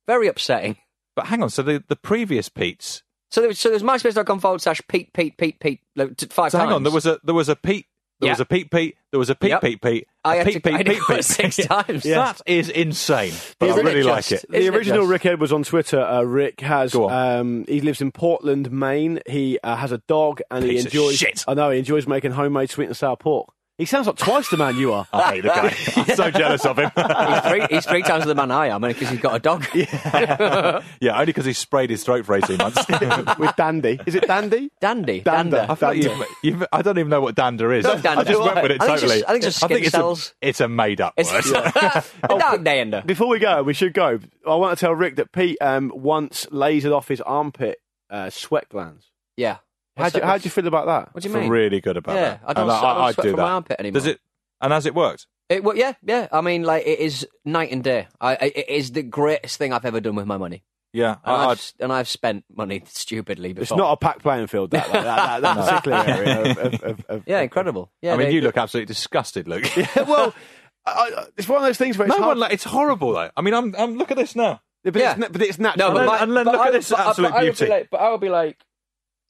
Speaker 1: Very upsetting.
Speaker 3: But hang on. So the, the previous Pete's.
Speaker 1: So there was, so there's myspace.com forward slash Pete Pete Pete Pete like, t- five
Speaker 3: So
Speaker 1: times.
Speaker 3: hang on. There was a there was a Pete. There
Speaker 1: Yeah.
Speaker 3: was a Pete Pete. There was a Pete
Speaker 1: Yep.
Speaker 3: Pete Pete. a
Speaker 1: I had
Speaker 3: Pete
Speaker 1: to- I
Speaker 3: Pete
Speaker 1: had
Speaker 3: Pete
Speaker 1: to go
Speaker 3: Pete.
Speaker 1: six times. Yeah.
Speaker 3: That is insane. But
Speaker 1: Isn't
Speaker 3: I really
Speaker 1: it
Speaker 3: like
Speaker 1: just?
Speaker 3: it.
Speaker 1: Isn't it
Speaker 2: the original
Speaker 1: just?
Speaker 2: Rick Edwards on Twitter. Uh, Rick has
Speaker 3: Go on.
Speaker 2: um, he lives in Portland, Maine. He uh, has a dog and
Speaker 3: Piece
Speaker 2: he
Speaker 3: of
Speaker 2: enjoys.
Speaker 3: shit.
Speaker 2: I know he enjoys making homemade sweet and sour pork. He sounds like twice the man you are.
Speaker 3: I hate the guy. I'm so jealous of him.
Speaker 1: he's, three, he's three times the man I am, because he's got a dog.
Speaker 3: yeah, only because he sprayed his throat for 18 months.
Speaker 2: with Dandy. Is it Dandy?
Speaker 1: Dandy,
Speaker 2: Dander.
Speaker 1: dander.
Speaker 3: I feel like
Speaker 2: Dander.
Speaker 3: you've, you've, I don't even know what dander is.
Speaker 1: Not dander.
Speaker 3: I just went with it
Speaker 1: I think it's
Speaker 3: totally.
Speaker 1: just- I think it's just skin
Speaker 3: a-
Speaker 1: cells.
Speaker 3: It's a, made up word.
Speaker 1: It's a dog dander.
Speaker 2: Before we go, we should go. I want to tell Rick that Pete um, once lasered off his armpit uh, sweat glands.
Speaker 1: Yeah.
Speaker 2: How do, you, how do you feel about that?
Speaker 1: What do you
Speaker 3: Feel
Speaker 1: mean?
Speaker 3: really good about
Speaker 1: Yeah,
Speaker 3: that.
Speaker 1: I don't
Speaker 3: And
Speaker 1: sweat- I don't sweat from my armpit anymore.
Speaker 3: Does it? And has it worked?
Speaker 1: It, well, yeah, yeah. I mean, like it is night and day. I, I- it is the greatest thing I've ever done with my money.
Speaker 3: Yeah,
Speaker 1: And,
Speaker 3: I,
Speaker 1: I've,
Speaker 3: I'd,
Speaker 1: s- and I've spent money stupidly before.
Speaker 2: It's not a packed playing field, that, that, that, that particular area of, of, of, of
Speaker 1: yeah, incredible. Yeah,
Speaker 3: I mean,
Speaker 1: they-
Speaker 3: you look absolutely disgusted, Luke.
Speaker 2: well, I, I- it's one of those things where it's
Speaker 3: no
Speaker 2: hard-
Speaker 3: one. Like, it's horrible though. I mean, I'm. I'm. Look at this now.
Speaker 2: but,
Speaker 1: Yeah.
Speaker 2: it's, na- but it's natural.
Speaker 1: No, but,
Speaker 3: And
Speaker 1: my,
Speaker 3: then- and then
Speaker 1: but
Speaker 3: look at
Speaker 1: I-
Speaker 3: this
Speaker 1: but I- but
Speaker 3: absolute
Speaker 1: I would be
Speaker 3: beauty.
Speaker 1: like- but I would be like,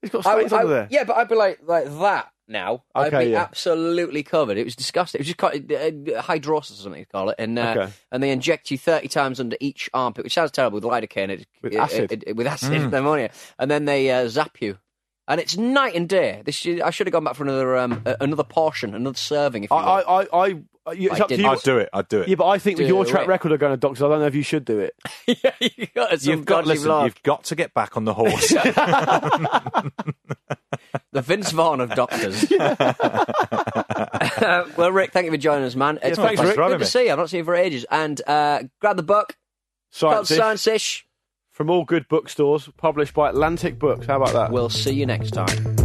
Speaker 2: it's got
Speaker 1: I,
Speaker 2: stains
Speaker 1: I-
Speaker 2: under there.
Speaker 1: Yeah, but I'd be like like that now. I'd
Speaker 2: Okay,
Speaker 1: be
Speaker 2: yeah.
Speaker 1: absolutely covered. It was disgusting. It was just called, uh, hydrosis or something you call it, and uh,
Speaker 2: Okay.
Speaker 1: and they inject you thirty times under each armpit, which sounds terrible with lidocaine. It,
Speaker 2: With
Speaker 1: it-
Speaker 2: acid. Mm.
Speaker 1: it- it- with acid, pneumonia, and then they uh, zap you. And it's night and day. This should- I should have gone back for another um, uh, another portion, another serving. If you
Speaker 2: I,
Speaker 1: will.
Speaker 2: I, I, I, I- it's
Speaker 1: I
Speaker 2: up to
Speaker 1: didn't.
Speaker 2: you.
Speaker 3: I'd do it. I'd do it.
Speaker 2: Yeah, but I think
Speaker 1: Do
Speaker 2: your track
Speaker 1: it.
Speaker 2: record of going to doctors, I don't know if you should do it.
Speaker 1: yeah, you got some
Speaker 3: you've got.
Speaker 1: dodgy
Speaker 3: Listen,
Speaker 1: vlog.
Speaker 3: you've got to get back on the horse.
Speaker 1: The Vince Vaughn of doctors. Uh, well, Rick, thank you for joining us, man. It's
Speaker 3: Yeah, thanks,
Speaker 1: been
Speaker 3: Rick.
Speaker 1: good
Speaker 3: Having
Speaker 1: to
Speaker 3: me.
Speaker 1: see you. I've not seen you for ages. And uh, grab the book called
Speaker 2: Science
Speaker 1: Science Ish.
Speaker 2: from all good bookstores, published by Atlantic Books. How about that?
Speaker 1: We'll see you next time.